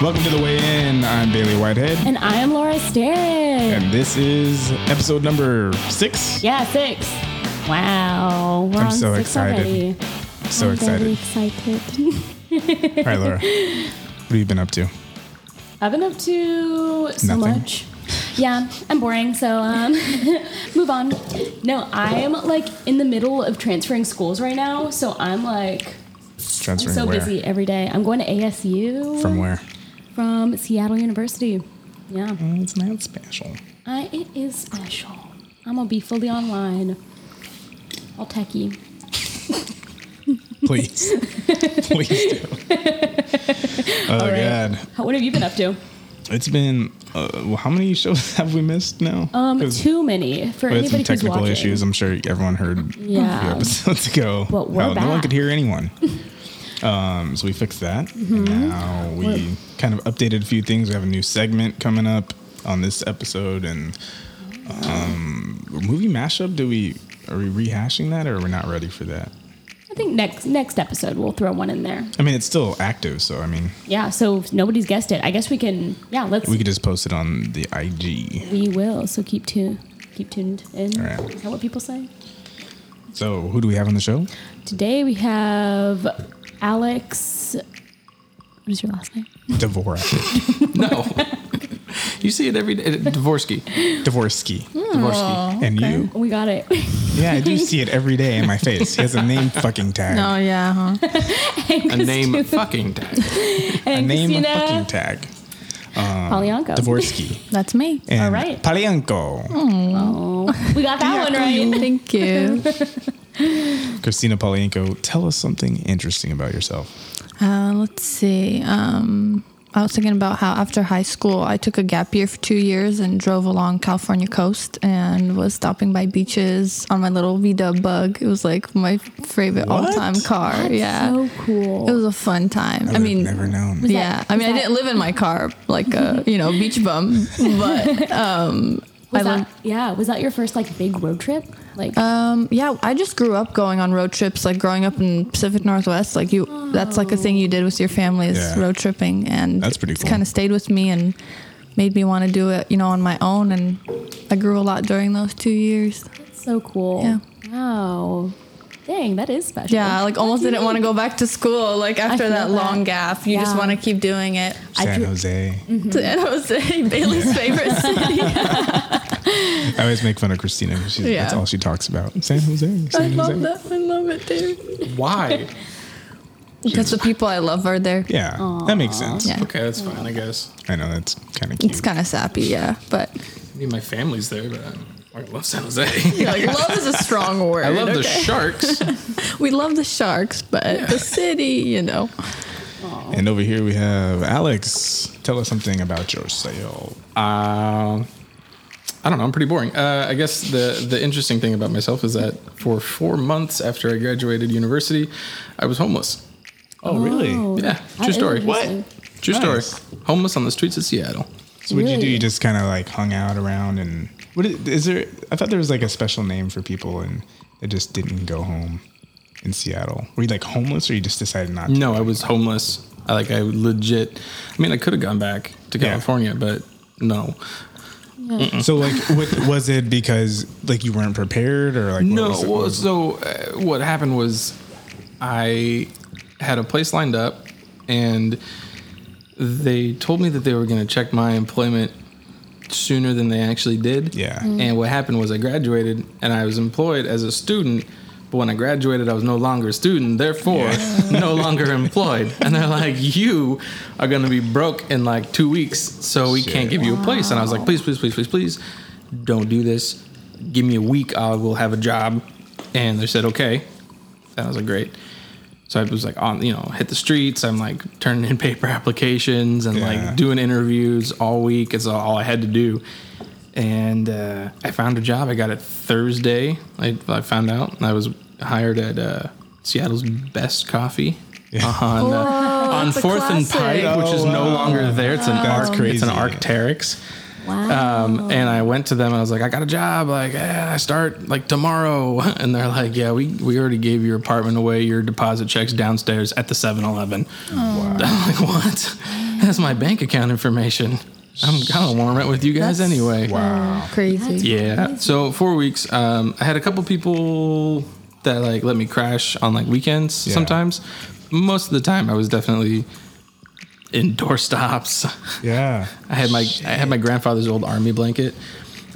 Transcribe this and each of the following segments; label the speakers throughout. Speaker 1: Welcome to The Way In. I'm Bailey Whitehead.
Speaker 2: And I am Laura Starren.
Speaker 1: And this is episode number six.
Speaker 2: Yeah, six. Wow. We're
Speaker 1: I'm
Speaker 2: on
Speaker 1: so
Speaker 2: six
Speaker 1: excited.
Speaker 2: already.
Speaker 1: So
Speaker 2: I'm very
Speaker 1: excited.
Speaker 2: excited.
Speaker 1: All right, Laura. What have you been up to?
Speaker 2: I've been up to so
Speaker 1: Nothing.
Speaker 2: much. Yeah, I'm boring, so um, move on. No, I'm like in the middle of transferring schools right now, so I'm like I'm
Speaker 1: Transferring
Speaker 2: so
Speaker 1: where?
Speaker 2: busy every day. I'm going to ASU
Speaker 1: From where?
Speaker 2: from Seattle University. Yeah,
Speaker 1: Mm, It's not special.
Speaker 2: I, it is special. I'm gonna be fully online, all techie.
Speaker 1: Please. Please do. Oh,
Speaker 2: right.
Speaker 1: God.
Speaker 2: How, what have you been up to?
Speaker 1: It's been, uh, well, how many shows have we missed now?
Speaker 2: Um,
Speaker 1: 'Cause
Speaker 2: too many for
Speaker 1: we had some
Speaker 2: anybody who's
Speaker 1: technical
Speaker 2: watching.
Speaker 1: issues. I'm sure everyone heard a few
Speaker 2: Yeah.
Speaker 1: episodes ago.
Speaker 2: Um, But we're
Speaker 1: Hell, No one
Speaker 2: back.
Speaker 1: could hear anyone. um, so we fixed that. And
Speaker 2: Mm-hmm.
Speaker 1: now we kind of updated a few things. We have a new segment coming up on this episode and um, movie mashup. Do we are we rehashing that or we're not ready for that?
Speaker 2: I think next next episode we'll throw one in there.
Speaker 1: I mean, it's still active, so I mean,
Speaker 2: Yeah. So if nobody's guessed it. I guess we can. Yeah. Let's.
Speaker 1: we
Speaker 2: We,
Speaker 1: could just post it on the IG.
Speaker 2: will. So keep tuned. Keep tuned in.
Speaker 1: All right.
Speaker 2: Is that what people say?
Speaker 1: So, who do we have on the show?
Speaker 2: Today we have Alex. What is your last name?
Speaker 1: Dvorak.
Speaker 3: No. Oh. you see it every day. Dvorsky.
Speaker 1: Dvorsky.
Speaker 2: Hmm. Oh,
Speaker 3: Dvorsky.
Speaker 1: And you?
Speaker 2: We got it.
Speaker 1: Yeah, I do see it every day in my face. He has a name fucking tag.
Speaker 4: Oh yeah, huh?
Speaker 3: A name fucking tag.
Speaker 1: a
Speaker 2: and
Speaker 1: name
Speaker 2: Christina
Speaker 1: fucking uh, tag.
Speaker 2: Polyanko.
Speaker 1: Dvorsky.
Speaker 4: That's me.
Speaker 1: And
Speaker 2: All right.
Speaker 1: Palianko.
Speaker 2: Oh, we got that one right.
Speaker 4: Thank you.
Speaker 1: Christina Palianko, tell us something interesting about yourself.
Speaker 4: Uh, let's see. Um, I was thinking about how after high school I took a gap year for two years and drove along California coast and was stopping by beaches on my little Vita Bug. It was like my favorite
Speaker 1: What?
Speaker 4: all-time car. yeah, Oh,
Speaker 2: So cool.
Speaker 4: it was a fun time. I,
Speaker 1: would've
Speaker 4: mean,
Speaker 1: never known. Was
Speaker 4: Yeah, I mean, I didn't live in my car like a you know beach bum, but
Speaker 2: Was
Speaker 4: I
Speaker 2: that,
Speaker 4: learned-
Speaker 2: yeah. Was that your first like big road trip? Like
Speaker 4: Um, yeah, I just grew up going on road trips. Like growing up in Pacific Northwest, like you, that's like a thing you did with your family is
Speaker 1: Yeah.
Speaker 4: road tripping, and
Speaker 1: That's pretty cool.
Speaker 4: Kind of stayed with me and made me want to do it, you know, on my own. And I grew a lot during those two years.
Speaker 2: so cool.
Speaker 4: Yeah.
Speaker 2: Wow. Dang, that is special.
Speaker 4: Yeah, I, like almost didn't want to go back to school. Like after
Speaker 2: feel
Speaker 4: that,
Speaker 2: that.
Speaker 4: long gap, you just
Speaker 2: Yeah. Mm-hmm.
Speaker 4: want to keep doing it.
Speaker 2: I
Speaker 1: San
Speaker 2: drew-
Speaker 1: Jose.
Speaker 4: San Jose, Bailey's favorite city.
Speaker 1: I always make fun of Christina. 'cause She's, That's
Speaker 4: Yeah.
Speaker 1: all she talks about. San Jose.
Speaker 4: I
Speaker 1: San Jose.
Speaker 4: love that. I love it there.
Speaker 3: Why?
Speaker 4: Because the people I love are there.
Speaker 1: Yeah, that makes sense.
Speaker 4: Yeah.
Speaker 3: Okay, that's fine, I guess.
Speaker 1: I know that's kind of cute.
Speaker 4: It's kind of sappy, yeah, but
Speaker 3: I mean, my family's there, but um, I fucking love San Jose.
Speaker 4: like love is a strong word.
Speaker 3: I love the
Speaker 4: okay?
Speaker 3: sharks. Uh,
Speaker 4: We love the sharks, but the city, you know.
Speaker 1: and over here we have Alex. Tell us something about yourself.
Speaker 3: Uh, I don't know. I'm pretty boring. Uh, I guess the the interesting thing about myself is that for four months after I graduated university, I was homeless.
Speaker 1: Oh, really?
Speaker 2: Oh,
Speaker 3: Yeah,
Speaker 2: that
Speaker 3: true
Speaker 2: is
Speaker 3: story.
Speaker 2: interesting.
Speaker 3: True
Speaker 1: Nice.
Speaker 3: story. Homeless on the streets of Seattle.
Speaker 1: So what did you do?
Speaker 2: Really?
Speaker 1: You just kind of like hung out around and what is, is there? I thought there was like a special name for people and that just didn't go home in Seattle. Were you like homeless or you just decided not? to?
Speaker 3: No, I was homeless. I, like I legit. I mean, I could have gone back to
Speaker 1: Yeah.
Speaker 3: California, but no.
Speaker 1: So like, what, was it because like you weren't prepared or like? what
Speaker 3: No,
Speaker 1: was it?
Speaker 3: well, so uh, what happened was I had a place lined up and they told me that they were going to check my employment sooner than they actually did.
Speaker 1: Yeah. Mm.
Speaker 3: And what happened was I graduated and I was employed as a student. But when I graduated, I was no longer a student, therefore no longer employed. And they're like, "You are going to be broke in like two weeks, so we
Speaker 1: Shit.
Speaker 3: can't give you a place." And I was like, "Please, please, please, please, please, don't do this. Give me a week. I will have a job." And they said, "Okay." And I was like, "Great." So I was like on, you know, hit the streets. I'm like turning in paper applications and
Speaker 1: Yeah.
Speaker 3: like doing interviews all week. It's all I had to do. And uh, I found a job. I got it Thursday. I, I found out I was hired at uh, Seattle's Best Coffee on, uh, on
Speaker 4: that's a
Speaker 3: Fourth and
Speaker 4: classic.
Speaker 3: Pike, which is
Speaker 1: Oh,
Speaker 3: no
Speaker 1: wow.
Speaker 3: longer there. It's an
Speaker 1: Oh. That's Oh.
Speaker 3: arc, It's an
Speaker 1: crazy.
Speaker 3: Arcteryx.
Speaker 2: Wow.
Speaker 1: uh,
Speaker 3: Um, and I went to them and I was like, I got a job. Like, eh, I start like tomorrow. And they're like, Yeah, we, we already gave your
Speaker 1: Oh.
Speaker 3: apartment away. Your deposit checks downstairs at the 7 Eleven. I'm like, What? That's my bank account information. I'm kind of warm it with you guys
Speaker 4: That's-
Speaker 3: anyway. uh,
Speaker 1: Wow.
Speaker 4: Crazy.
Speaker 3: Yeah. So four weeks. Um, I had a couple people that like let me crash on like weekends
Speaker 1: Yeah.
Speaker 3: sometimes. Most of the time, I was definitely in door stops.
Speaker 1: Yeah.
Speaker 3: I had my I had my grandfather's old army blanket,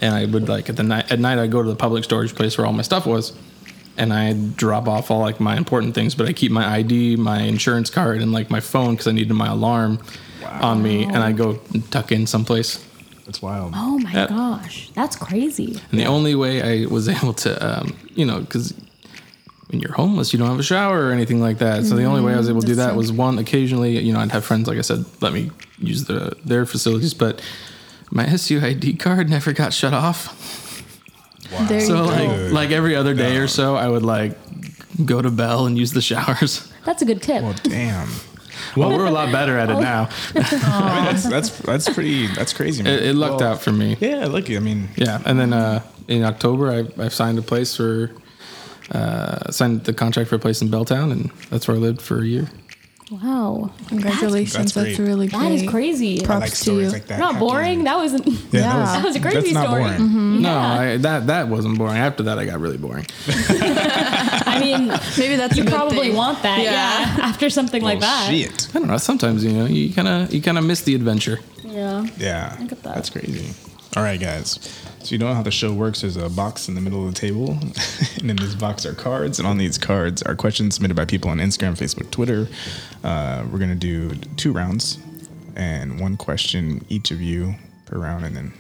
Speaker 3: and I would like at the night at night I'd go to the public storage place where all my stuff was, and I would drop off all like my important things, but I keep my ID, my insurance card, and like my phone because I needed my alarm on me, and I would go and tuck in someplace.
Speaker 1: That's wild.
Speaker 2: Oh my
Speaker 3: Yeah.
Speaker 2: gosh, that's crazy.
Speaker 3: And the only way I was able to, um, you know, because when you're homeless, you don't have a shower or anything like that. So the only way I was able to do
Speaker 4: Mm, that's
Speaker 3: that
Speaker 4: true.
Speaker 3: was one occasionally, you know, I'd have friends, like I said, let me use the, their facilities, but my SU ID card never got shut off.
Speaker 1: Wow.
Speaker 4: There
Speaker 3: So
Speaker 4: you
Speaker 3: like,
Speaker 1: Good.
Speaker 3: like every other day or so, I would like go to Bell and use the showers.
Speaker 2: That's a good tip.
Speaker 1: Well, damn.
Speaker 3: Well, we're a lot better
Speaker 4: Oh.
Speaker 3: at it now.
Speaker 1: I mean, that's that's that's pretty. That's crazy. Man.
Speaker 3: It, it lucked
Speaker 1: Well,
Speaker 3: out for me.
Speaker 1: Yeah, lucky. I mean,
Speaker 3: Yeah, and then uh, in October, I, I signed a place for uh, signed the contract for a place in Belltown, and that's where I lived for a year.
Speaker 2: wow,
Speaker 1: That's
Speaker 4: Congratulations. That's,
Speaker 1: great.
Speaker 4: really great.
Speaker 2: that is crazy.
Speaker 1: I
Speaker 4: Props
Speaker 1: like
Speaker 4: to you.
Speaker 1: stories like that.
Speaker 2: Not
Speaker 1: happen.
Speaker 2: boring. That wasn't.
Speaker 1: Yeah,
Speaker 4: Yeah. Mm-hmm.
Speaker 1: That, was,
Speaker 2: That was a crazy
Speaker 1: that's not
Speaker 2: story.
Speaker 1: boring.
Speaker 3: No, I, that that wasn't boring. After that, I got really boring.
Speaker 2: I mean,
Speaker 4: Maybe that's
Speaker 2: you
Speaker 4: a good
Speaker 2: probably
Speaker 4: thing.
Speaker 2: want that.
Speaker 4: Yeah.
Speaker 2: Yeah. After something like
Speaker 1: Well,
Speaker 2: that.
Speaker 1: Oh, Shit.
Speaker 3: I don't know. Sometimes you know you kind of you kind of miss the adventure.
Speaker 2: Yeah.
Speaker 1: Yeah.
Speaker 2: Look at that.
Speaker 1: That's crazy. All right, guys. So you know how the show works. There's a box in the middle of the table, and in this box are cards, and on these cards are questions submitted by people on Instagram, Facebook, Twitter. Uh, we're gonna do two rounds, and one question each of you per round, and then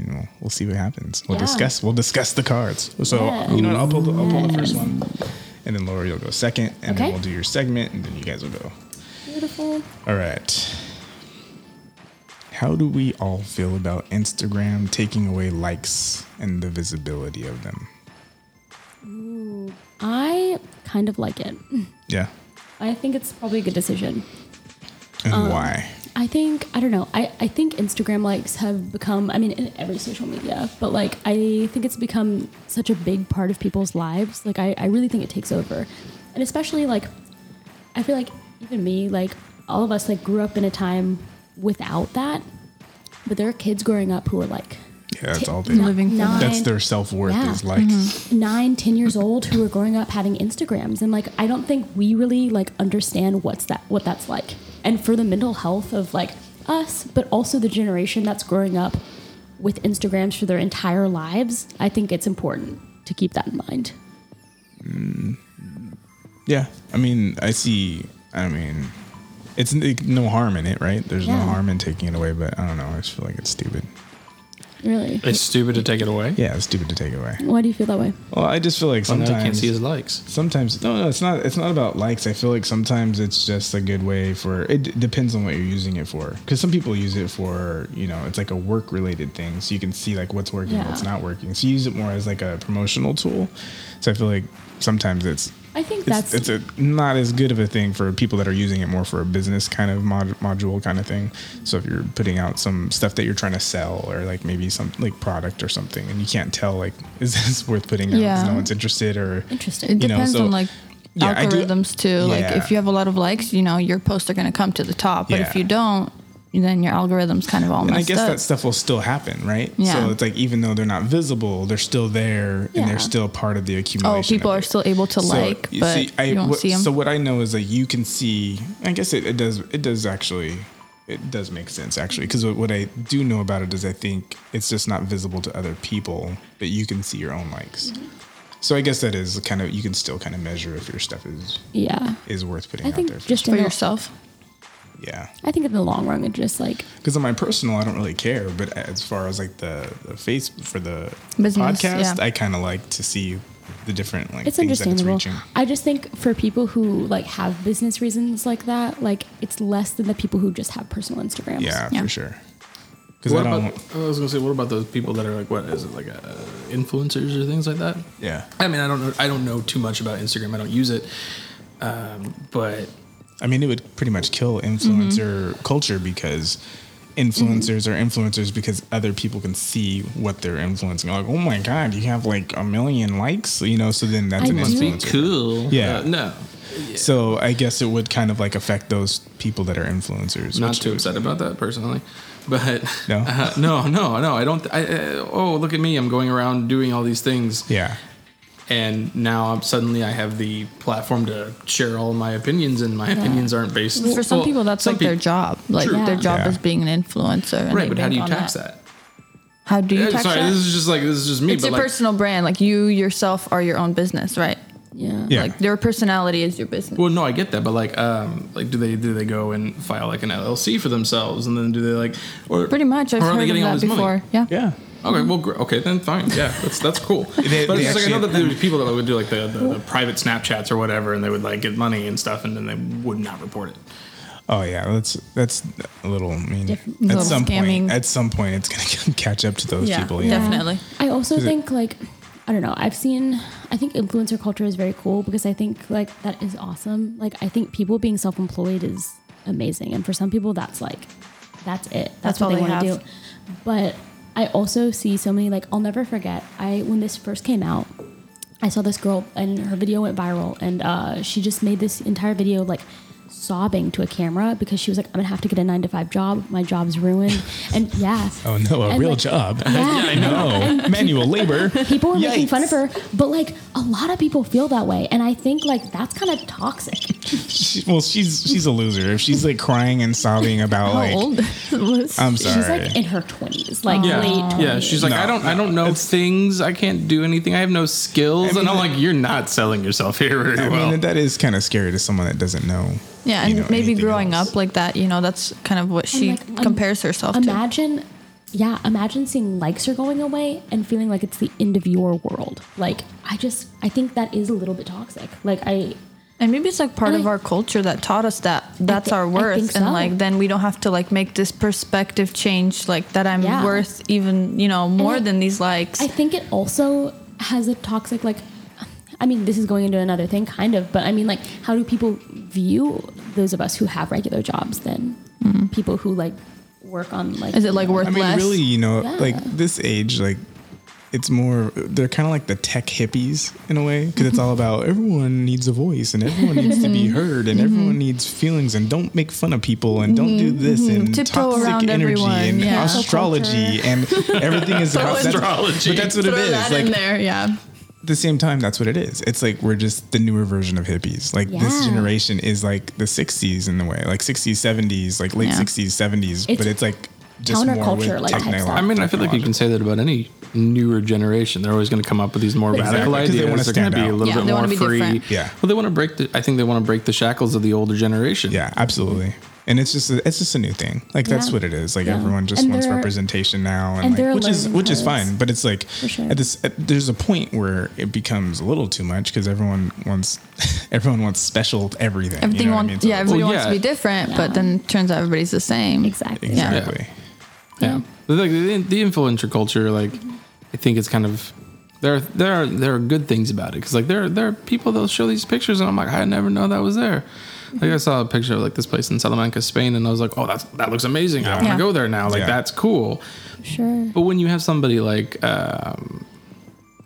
Speaker 1: you know we'll see what happens. We'll
Speaker 2: Yeah.
Speaker 1: discuss. We'll discuss the cards. So
Speaker 2: Yeah.
Speaker 1: you know what? I'll pull. The, I'll pull the first one, and then Laura, you'll go second, and then
Speaker 2: Okay.
Speaker 1: we'll do your segment, and then you guys will go.
Speaker 2: Beautiful.
Speaker 1: All right. How do we all feel about Instagram taking away likes and the visibility of them?
Speaker 2: I kind of like it.
Speaker 1: Yeah.
Speaker 2: I think it's probably a good decision.
Speaker 1: And
Speaker 2: Um,
Speaker 1: why?
Speaker 2: I think I don't know. I, I think Instagram likes have become I mean in every social media, but like I think it's become such a big part of people's lives. Like I, I really think it takes over. And especially like I feel like even me, like all of us like grew up in a time without that. But there are kids growing up who are like
Speaker 1: Yeah, that's
Speaker 2: ti-
Speaker 1: all they
Speaker 2: ni-
Speaker 4: Living for that.
Speaker 1: That's
Speaker 2: nine-
Speaker 1: their self worth
Speaker 2: Yeah. mm-hmm.
Speaker 1: is likes.
Speaker 2: nine, ten years old who are growing up having Instagrams, and like I don't think we really like understand what's that what that's like, and for the mental health of like us, but also the generation that's growing up with Instagrams for their entire lives. I think it's important to keep that in mind.
Speaker 1: Yeah. I mean, I see. I mean, it's n- no harm in it, right? There's no
Speaker 2: Yeah.
Speaker 1: harm in taking it away, but I don't know. I just feel like it's stupid.
Speaker 2: Really,
Speaker 3: It's stupid to take it away.
Speaker 1: Yeah, it's stupid to take away.
Speaker 2: why do you feel that way?
Speaker 1: Well, I just feel like
Speaker 3: Well, now
Speaker 1: sometimes
Speaker 3: you can't see his likes.
Speaker 1: sometimes no no it's not it's not about likes i feel like sometimes it's just a good way for it d- depends on what you're using it for because some people use it for you know it's like a work related thing so you can see like what's working
Speaker 2: Yeah.
Speaker 1: what's not working so you use it more as like a promotional tool so i feel like sometimes it's
Speaker 2: I think
Speaker 1: it's,
Speaker 2: that's
Speaker 1: it's a, not as good of a thing for people that are using it more for a business kind of mod, module kind of thing. So if you're putting out some stuff that you're trying to sell or like maybe some like product or something, and you can't tell like is this worth putting out because
Speaker 4: Yeah.
Speaker 1: no one's interested or
Speaker 2: interesting.
Speaker 4: It
Speaker 1: you know,
Speaker 4: depends
Speaker 1: so-
Speaker 4: on like
Speaker 1: Yeah, I do-
Speaker 4: algorithms too. Like
Speaker 1: Yeah.
Speaker 4: if you have a lot of likes, you know your posts are going to come to the top. But if
Speaker 1: Yeah.
Speaker 4: you don't, then your algorithm's kind of all
Speaker 1: and I
Speaker 4: messed
Speaker 1: guess
Speaker 4: up.
Speaker 1: that stuff will still happen, right?
Speaker 4: Yeah.
Speaker 1: So it's like even though they're not visible, they're still there and
Speaker 2: Yeah.
Speaker 1: they're still part of the
Speaker 4: oh,
Speaker 1: accumulation.
Speaker 4: people
Speaker 1: of
Speaker 4: are
Speaker 1: it.
Speaker 4: still able to
Speaker 1: So,
Speaker 4: like,
Speaker 1: you
Speaker 4: but
Speaker 1: see, I-
Speaker 4: you don't
Speaker 1: what-
Speaker 4: see them.
Speaker 1: So what I know is that you can see. I guess it, it does. It does actually. It does make sense actually, because what I do know about it is I think it's just not visible to other people, but you can see your own likes.
Speaker 4: Mm-hmm.
Speaker 1: So I guess that is kind of you can still kind of measure if your stuff is
Speaker 2: yeah,
Speaker 1: is worth putting
Speaker 2: I
Speaker 1: out there.
Speaker 2: think
Speaker 1: for-
Speaker 2: just
Speaker 4: for
Speaker 2: in the,
Speaker 4: yourself.
Speaker 1: yeah.
Speaker 2: I think in the long run, it just like
Speaker 1: Because on my personal, I don't really care. But as far as like the, the face for the
Speaker 4: Business,
Speaker 1: podcast,
Speaker 4: yeah.
Speaker 1: I kind of like to see the different like
Speaker 2: it's
Speaker 1: things that it's
Speaker 2: understandable.
Speaker 1: reaching.
Speaker 2: I just think for people who like have business reasons like that, like it's less than the people who just have personal Instagrams.
Speaker 1: Yeah,
Speaker 4: Yeah.
Speaker 1: for sure. Because I
Speaker 3: about,
Speaker 1: don't.
Speaker 3: I was gonna say, what about those people that are like, what is it like, uh, influencers or things like that?
Speaker 1: yeah,
Speaker 3: I mean, I don't know. I don't know too much about Instagram. I don't use it, um, but
Speaker 1: I mean, it would pretty much kill influencer
Speaker 2: Mm-hmm.
Speaker 1: culture because influencers are influencers because other people can see what they're influencing. Like, oh my god, you have like a million likes, you know. So then that's
Speaker 2: I
Speaker 1: an
Speaker 2: do-
Speaker 1: influencer.
Speaker 3: cool.
Speaker 1: Yeah.
Speaker 3: Uh, no.
Speaker 1: So I guess it would kind of like affect those people that are influencers.
Speaker 3: Not
Speaker 1: which-
Speaker 3: too upset about that personally, but
Speaker 1: No?
Speaker 3: uh, no, no, no. I don't. I, uh, oh, look at me! I'm going around doing all these things,
Speaker 1: Yeah.
Speaker 3: and now I'm, suddenly I have the platform to share all my opinions, and my opinions aren't based.
Speaker 4: For some
Speaker 3: well,
Speaker 4: people, that's
Speaker 3: some
Speaker 4: like their
Speaker 3: peop-
Speaker 4: job. Like
Speaker 3: True.
Speaker 4: their job
Speaker 1: Yeah.
Speaker 4: is being an influencer. and
Speaker 3: right?
Speaker 4: they
Speaker 3: But how do
Speaker 4: bank
Speaker 3: you
Speaker 4: on
Speaker 3: tax that?
Speaker 4: How do you
Speaker 3: Yeah,
Speaker 4: tax
Speaker 3: Sorry,
Speaker 4: that?
Speaker 3: this is just like this is just me.
Speaker 4: it's
Speaker 3: but
Speaker 4: your
Speaker 3: like,
Speaker 4: personal brand. Like you yourself are your own business, right?
Speaker 2: Yeah.
Speaker 1: Yeah.
Speaker 4: Like your personality is your business.
Speaker 3: Well, no, I get that, but like, um, like, do they do they go and file like an LLC for themselves, and then do they like, or
Speaker 4: Pretty much, I've
Speaker 3: or are they
Speaker 4: heard of
Speaker 3: getting all
Speaker 4: that
Speaker 3: this money?
Speaker 4: before. Yeah.
Speaker 1: Yeah.
Speaker 3: Okay, well, gr- okay, then fine. Yeah, that's that's cool.
Speaker 1: They-
Speaker 3: but
Speaker 1: they
Speaker 3: it's just, like, I know
Speaker 1: actually-
Speaker 3: that there was people that would do like the, the, the private Snapchats or whatever, and they would like get money and stuff, and then they would not report it.
Speaker 1: Oh yeah, that's that's a little. I mean,
Speaker 2: Diff-
Speaker 1: at
Speaker 4: little
Speaker 1: some
Speaker 4: scamming.
Speaker 1: point, at some point, it's gonna catch up to those
Speaker 4: Yeah,
Speaker 1: people.
Speaker 4: definitely.
Speaker 2: I also
Speaker 1: Is it-
Speaker 2: think like I don't know. I've seen I think influencer culture is very cool because I think like that is awesome. Like I think people being self-employed is amazing and for some people that's like that's it. That's,
Speaker 4: That's
Speaker 2: what
Speaker 4: all
Speaker 2: they,
Speaker 4: they
Speaker 2: want to
Speaker 4: have.
Speaker 2: do. But I also see so many like I'll never forget. I when this first came out, I saw this girl and her video went viral and uh, she just made this entire video like sobbing to a camera because she was like, I'm gonna have to get a nine to five job. My job's ruined. And yeah.
Speaker 1: Oh no, a
Speaker 2: And,
Speaker 1: real
Speaker 2: like,
Speaker 1: job.
Speaker 2: Yeah.
Speaker 1: I know manual labor.
Speaker 2: people were making fun of
Speaker 1: Yikes.
Speaker 2: her but like a lot of people feel that way and i think like that's kind of toxic
Speaker 1: She, well, she's she's a loser if she's like crying and sobbing about
Speaker 4: How
Speaker 1: like. um,
Speaker 4: old was
Speaker 1: I'm sorry.
Speaker 2: she's like in her 20s like
Speaker 3: Yeah,
Speaker 2: late 20s.
Speaker 3: yeah. She's like,
Speaker 1: No,
Speaker 3: I don't, I don't know things. I can't do anything. I have no skills,
Speaker 1: I mean,
Speaker 3: and I'm like, you're not selling yourself here very
Speaker 1: I
Speaker 3: well.
Speaker 1: mean, that is kind of scary to someone that doesn't know.
Speaker 4: yeah,
Speaker 1: you
Speaker 4: and
Speaker 1: know,
Speaker 4: maybe
Speaker 1: anything
Speaker 4: growing
Speaker 1: else.
Speaker 4: up like that, you know, that's kind of what
Speaker 2: And,
Speaker 4: she
Speaker 2: like, um,
Speaker 4: compares herself to.
Speaker 2: imagine yeah imagine seeing likes are going away and feeling like it's the end of your world like i just i think that is a little bit toxic like i
Speaker 4: And maybe it's like part
Speaker 2: And
Speaker 4: of
Speaker 2: I-
Speaker 4: our culture that taught us that that's
Speaker 2: thi-
Speaker 4: our
Speaker 2: I
Speaker 4: worth,
Speaker 2: think so.
Speaker 4: and like then we don't have to like make this perspective change, like that I'm
Speaker 2: Yeah.
Speaker 4: worth even you know more
Speaker 2: I-
Speaker 4: than these likes.
Speaker 2: I think it also has a toxic like I mean this is going into another thing kind of, but I mean like how do people view those of us who have regular jobs then people who like work on like
Speaker 4: Mm-hmm. Is it, like, worth-
Speaker 1: I mean,
Speaker 4: less.
Speaker 1: really, you know,
Speaker 2: Yeah.
Speaker 1: like this age, like it's more. They're kind of like the tech hippies in a way, because it's all about everyone needs a voice and everyone needs to
Speaker 4: Mm-hmm.
Speaker 1: be heard and everyone needs feelings and don't make fun of people and don't do
Speaker 4: Mm-hmm.
Speaker 1: this and
Speaker 4: Tiptoe around
Speaker 1: toxic energy
Speaker 4: everyone,
Speaker 1: and
Speaker 4: yeah.
Speaker 1: astrology and everything is about that's-
Speaker 3: astrology.
Speaker 1: But that's what it
Speaker 4: Throw
Speaker 1: is.
Speaker 4: that in
Speaker 1: Like
Speaker 4: there, yeah.
Speaker 1: at the same time, that's what it is. It's like we're just the newer version of hippies. Like this
Speaker 2: Yeah.
Speaker 1: generation is like the '60s in the way, like '60s, '70s, like late
Speaker 4: Yeah.
Speaker 1: '60s, '70s.
Speaker 2: It's
Speaker 1: but it's like just more with
Speaker 2: counterculture, like, type
Speaker 1: techno-
Speaker 2: stuff.
Speaker 3: I mean, I feel like you can say that about any newer generation. They're always going to come up with these more
Speaker 2: Exactly,
Speaker 3: radical
Speaker 1: 'cause they wanna
Speaker 3: ideas. They are going
Speaker 1: stand
Speaker 3: to be
Speaker 1: out.
Speaker 3: a little
Speaker 4: Yeah,
Speaker 3: bit
Speaker 4: they
Speaker 3: more
Speaker 4: wanna be
Speaker 3: free.
Speaker 4: different.
Speaker 1: Yeah.
Speaker 3: Well, they want to break. The, I think they want to break the shackles of the older generation.
Speaker 1: Yeah, absolutely. And it's just a, it's just a new thing. Like that's
Speaker 2: Yeah.
Speaker 1: what it is. Like
Speaker 2: Yeah.
Speaker 1: everyone just
Speaker 2: And
Speaker 1: wants
Speaker 2: they're-
Speaker 1: representation now,
Speaker 2: and
Speaker 1: and,
Speaker 2: they're
Speaker 1: like, which is
Speaker 2: learning
Speaker 1: which is
Speaker 2: curves.
Speaker 1: fine. But it's like
Speaker 2: sure.
Speaker 1: at this at, there's a point where it becomes a little too much because everyone wants everyone wants special everything. you
Speaker 4: Everything
Speaker 1: know what I
Speaker 4: wants,
Speaker 1: mean? So
Speaker 4: yeah, everybody
Speaker 3: Well,
Speaker 4: wants to
Speaker 3: yeah.
Speaker 4: be different,
Speaker 2: Yeah.
Speaker 4: but then it turns out everybody's the same.
Speaker 2: exactly
Speaker 4: Yeah.
Speaker 1: exactly.
Speaker 3: Yeah. Like the, the influencer culture, like I think it's kind of there. There are there are good things about it because like there there are people that'll show these pictures and I'm like I never know that was there. Like I saw a picture of like this place in Salamanca, Spain, and I was like, oh, that's that looks amazing. I want to
Speaker 4: Yeah.
Speaker 3: go there now. Like
Speaker 1: Yeah.
Speaker 3: that's cool.
Speaker 2: sure
Speaker 3: But when you have somebody like, um,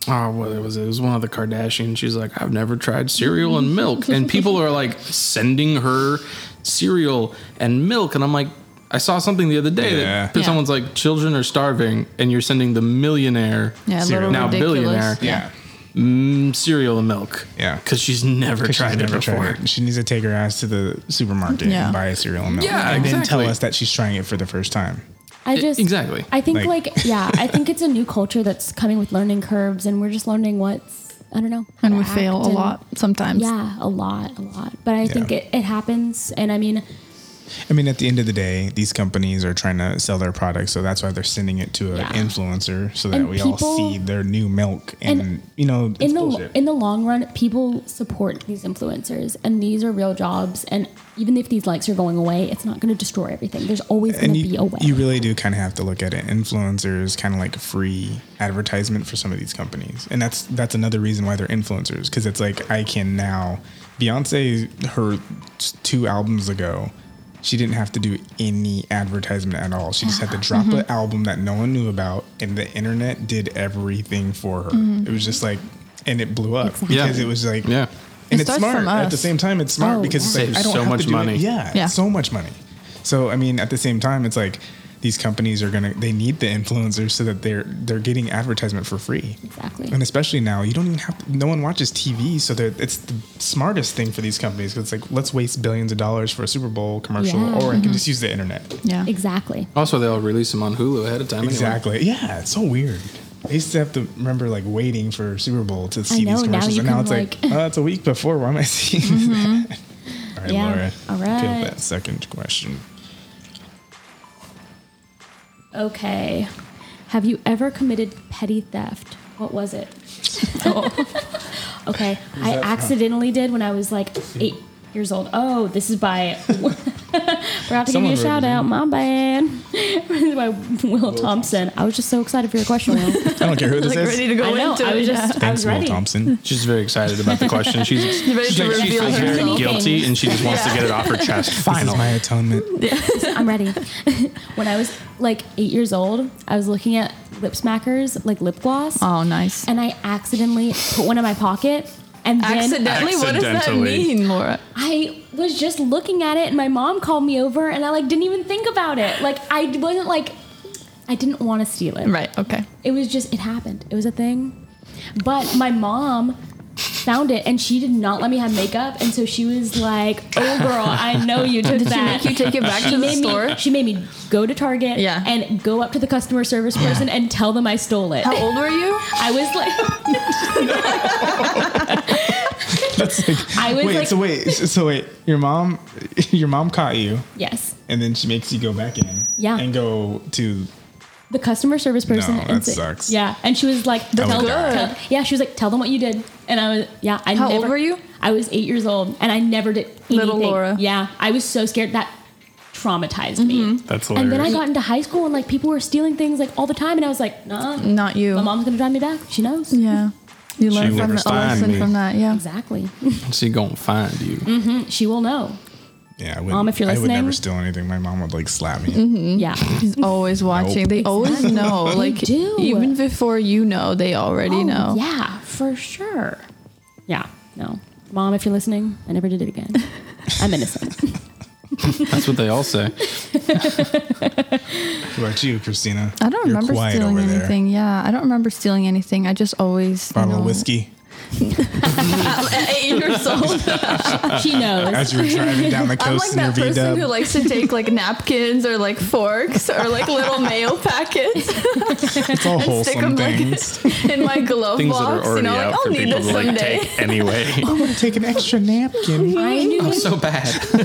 Speaker 3: oh, what was it? It was one of the Kardashians. She's like, I've never tried cereal and milk. And people are like sending her cereal and milk. And I'm like, I saw something the other day
Speaker 1: Yeah.
Speaker 3: that that
Speaker 4: Yeah.
Speaker 3: someone's like, children are starving, and you're sending the millionaire,
Speaker 4: Yeah, a
Speaker 1: Serial.
Speaker 4: little
Speaker 3: now
Speaker 4: ridiculous.
Speaker 3: billionaire,
Speaker 1: Yeah.
Speaker 3: mm, cereal and milk.
Speaker 1: Yeah.
Speaker 3: Because she's never
Speaker 1: 'Cause she's
Speaker 3: tried it
Speaker 1: never
Speaker 3: before.
Speaker 1: tried it. She needs to take her ass to the supermarket
Speaker 4: Yeah.
Speaker 1: and buy a cereal and milk,
Speaker 3: Yeah,
Speaker 1: and then tell
Speaker 3: exactly.
Speaker 1: us that she's trying it for the first time.
Speaker 2: I
Speaker 3: E-
Speaker 2: just
Speaker 3: exactly.
Speaker 2: I think
Speaker 1: Like-
Speaker 2: like, yeah, I think it's a new culture that's coming with learning curves, and we're just learning what's I don't know. how
Speaker 4: And
Speaker 2: to
Speaker 4: we
Speaker 2: act
Speaker 4: fail a
Speaker 2: and-
Speaker 4: lot sometimes.
Speaker 2: Yeah, a lot, a lot. But I think it, it happens, and I mean,
Speaker 1: I mean, at the end of the day, these companies are trying to sell their products, so that's why they're sending it to an
Speaker 2: Yeah.
Speaker 1: influencer so that
Speaker 2: And
Speaker 1: we all
Speaker 2: people-
Speaker 1: see their new milk. And,
Speaker 2: And
Speaker 1: you know, it's
Speaker 2: in the
Speaker 1: bullshit.
Speaker 2: in the long run, people support these influencers, and these are real jobs. And even if these likes are going away, it's not going to destroy everything. There's always going
Speaker 1: and
Speaker 2: to be a
Speaker 1: you,
Speaker 2: way.
Speaker 1: you really do kind of have to look at it. Influencers kind of like free advertisement for some of these companies, and that's that's another reason why they're influencers because it's like I can now. Beyonce, her s- two albums ago, she didn't have to do any advertisement at all. She just had to drop
Speaker 2: Mm-hmm.
Speaker 1: an album that no one knew about, and the internet did everything for her. It was just like, and it blew up
Speaker 2: Mm-hmm. Exactly.
Speaker 1: because it was like,
Speaker 3: Yeah.
Speaker 1: and
Speaker 4: It
Speaker 1: it's
Speaker 4: starts
Speaker 1: smart.
Speaker 4: from
Speaker 1: At
Speaker 4: us.
Speaker 1: the same time, it's smart
Speaker 4: Oh,
Speaker 1: because it's
Speaker 3: yeah.
Speaker 1: like,
Speaker 3: Saves
Speaker 1: I don't
Speaker 3: so
Speaker 1: have
Speaker 3: much
Speaker 1: to do
Speaker 3: money.
Speaker 1: It. Yeah,
Speaker 4: Yeah.
Speaker 1: so much money. So I mean, at the same time, it's like these companies are gonna they need the influencers so that they're they're getting advertisement for free.
Speaker 2: Exactly.
Speaker 1: And especially now, you don't even have to, no one watches TV, so that it's the smartest thing for these companies. 'cause it's like let's waste billions of dollars for a Super Bowl commercial, or
Speaker 2: Yeah.
Speaker 1: I
Speaker 4: Mm-hmm.
Speaker 1: can just use the internet.
Speaker 4: Yeah.
Speaker 2: Exactly.
Speaker 3: Also, they'll release them on Hulu ahead of time. anyway.
Speaker 1: Exactly. Yeah, it's so weird. I used to have to remember like waiting for Super Bowl to see
Speaker 2: know,
Speaker 1: these
Speaker 2: now
Speaker 1: commercials,
Speaker 2: you
Speaker 1: and now
Speaker 2: can,
Speaker 1: it's like,
Speaker 2: like- Mm-hmm.
Speaker 1: oh, it's a week before. Why am I seeing that? All right,
Speaker 2: Yeah.
Speaker 1: Laura.
Speaker 2: All
Speaker 1: Field
Speaker 2: right.
Speaker 1: that second question.
Speaker 2: Okay. Have you ever committed petty theft? What was it? okay. I
Speaker 1: that from?
Speaker 2: accidentally did when I was like eight years old. Oh, this is by. We're about to
Speaker 1: Someone
Speaker 2: give you a shout
Speaker 1: wrote it down.
Speaker 2: out. My bad. This is by Will Thompson. I was just so excited for your question. Will.
Speaker 1: I don't care who this
Speaker 4: Like
Speaker 1: is.
Speaker 4: ready to go
Speaker 2: I know.
Speaker 4: into
Speaker 2: I was
Speaker 4: it.
Speaker 2: just. I
Speaker 1: Thanks,
Speaker 2: was
Speaker 1: Will
Speaker 2: ready.
Speaker 1: Thompson.
Speaker 3: She's very excited about the question. She's,
Speaker 4: yeah. ready
Speaker 3: she's
Speaker 4: to
Speaker 3: like, she
Speaker 4: reveal
Speaker 3: feels
Speaker 2: herself.
Speaker 3: very
Speaker 2: Many
Speaker 3: guilty,
Speaker 2: things.
Speaker 3: and she just wants to get it off her chest.
Speaker 1: This is my
Speaker 3: Finally,
Speaker 1: atonement.
Speaker 2: I'm ready. when I was like eight years old, I was looking at lip smackers, like lip gloss.
Speaker 4: Oh, nice.
Speaker 2: and I accidentally put one in my pocket. And then
Speaker 4: Accidentally? What does that
Speaker 3: Accidentally.
Speaker 4: mean, Laura?
Speaker 2: I was just looking at it, and my mom called me over, and I like didn't even think about it. Like I wasn't like I didn't want to steal it.
Speaker 4: Right. Okay.
Speaker 2: It was just it happened. It was a thing. But my mom found it, and she did not let me have makeup, and so she was like, "Oh, girl, I know you took
Speaker 4: Did she
Speaker 2: that."
Speaker 4: make you take it back to the
Speaker 2: made me-
Speaker 4: store?
Speaker 2: she made me go to Target
Speaker 4: Yeah.
Speaker 2: and go up to the customer service person and tell them I stole it.
Speaker 4: How old were you?
Speaker 2: I was like.
Speaker 1: That's like,
Speaker 2: I was
Speaker 1: wait,
Speaker 2: like-
Speaker 1: so wait, so wait. Your mom, your mom caught you,
Speaker 2: Yes.
Speaker 1: and then she makes you go back in.
Speaker 2: Yeah.
Speaker 1: And go to
Speaker 2: The customer service person.
Speaker 1: No,
Speaker 2: and
Speaker 1: that
Speaker 2: say-
Speaker 1: sucks.
Speaker 2: Yeah, and she was like,
Speaker 1: That's
Speaker 2: tell,
Speaker 1: good.
Speaker 2: tell- yeah, she was like, tell them what you did, and I was, yeah, I.
Speaker 4: How
Speaker 2: never,
Speaker 4: old were you?
Speaker 2: I was eight years old, and I never did anything.
Speaker 4: Little Laura.
Speaker 2: Yeah, I was so scared that traumatized me.
Speaker 4: Mm-hmm.
Speaker 3: that's
Speaker 2: And then I
Speaker 3: hilarious.
Speaker 2: got into high school, and like people were stealing things like all the time, and I was like, nah,
Speaker 4: Not you.
Speaker 2: my mom's gonna drive me back. She knows
Speaker 4: Yeah. You learn
Speaker 1: never
Speaker 4: from the a
Speaker 1: signed
Speaker 4: lesson
Speaker 1: me.
Speaker 4: from that. Yeah.
Speaker 2: exactly. Mm,
Speaker 3: She gonna find you.
Speaker 2: she will know.
Speaker 1: yeah. I would,
Speaker 2: Mom, if you're
Speaker 1: I would never
Speaker 2: listening- Mm-hmm.
Speaker 1: steal anything. My mom would like slap me.
Speaker 4: Mm-hmm.
Speaker 2: Yeah,
Speaker 4: He's always watching. They always know. Like
Speaker 2: do.
Speaker 4: even before you know, they already
Speaker 2: Oh,
Speaker 4: know.
Speaker 2: Yeah, for sure. Yeah, no, mom, if you're listening, I never did it again. I'm innocent.
Speaker 3: That's what they all say.
Speaker 1: What about you, Christina?
Speaker 4: I don't
Speaker 1: You're
Speaker 4: remember
Speaker 1: quiet
Speaker 4: stealing
Speaker 1: over there.
Speaker 4: anything. Yeah, I don't remember stealing anything. I just always
Speaker 1: Bottle
Speaker 4: know.
Speaker 1: of whiskey.
Speaker 4: At eight years old,
Speaker 2: she knows.
Speaker 1: Uh, As you were driving down the
Speaker 4: I'm like
Speaker 1: coast in your
Speaker 4: that
Speaker 1: V
Speaker 4: person who
Speaker 1: dub.
Speaker 4: likes to take like napkins or like forks or like little mail packets
Speaker 1: It's all
Speaker 4: and stick them
Speaker 1: wholesome
Speaker 4: like
Speaker 1: things.
Speaker 4: in my glove
Speaker 3: Things that are
Speaker 4: box. You
Speaker 3: already
Speaker 4: know,
Speaker 3: out
Speaker 4: like I'll
Speaker 3: for
Speaker 4: need
Speaker 3: people
Speaker 4: this
Speaker 3: to like
Speaker 4: someday.
Speaker 3: take anyway.
Speaker 1: I want to take an extra napkin.
Speaker 2: I
Speaker 4: Oh,
Speaker 2: knew
Speaker 3: I'm Oh, so bad.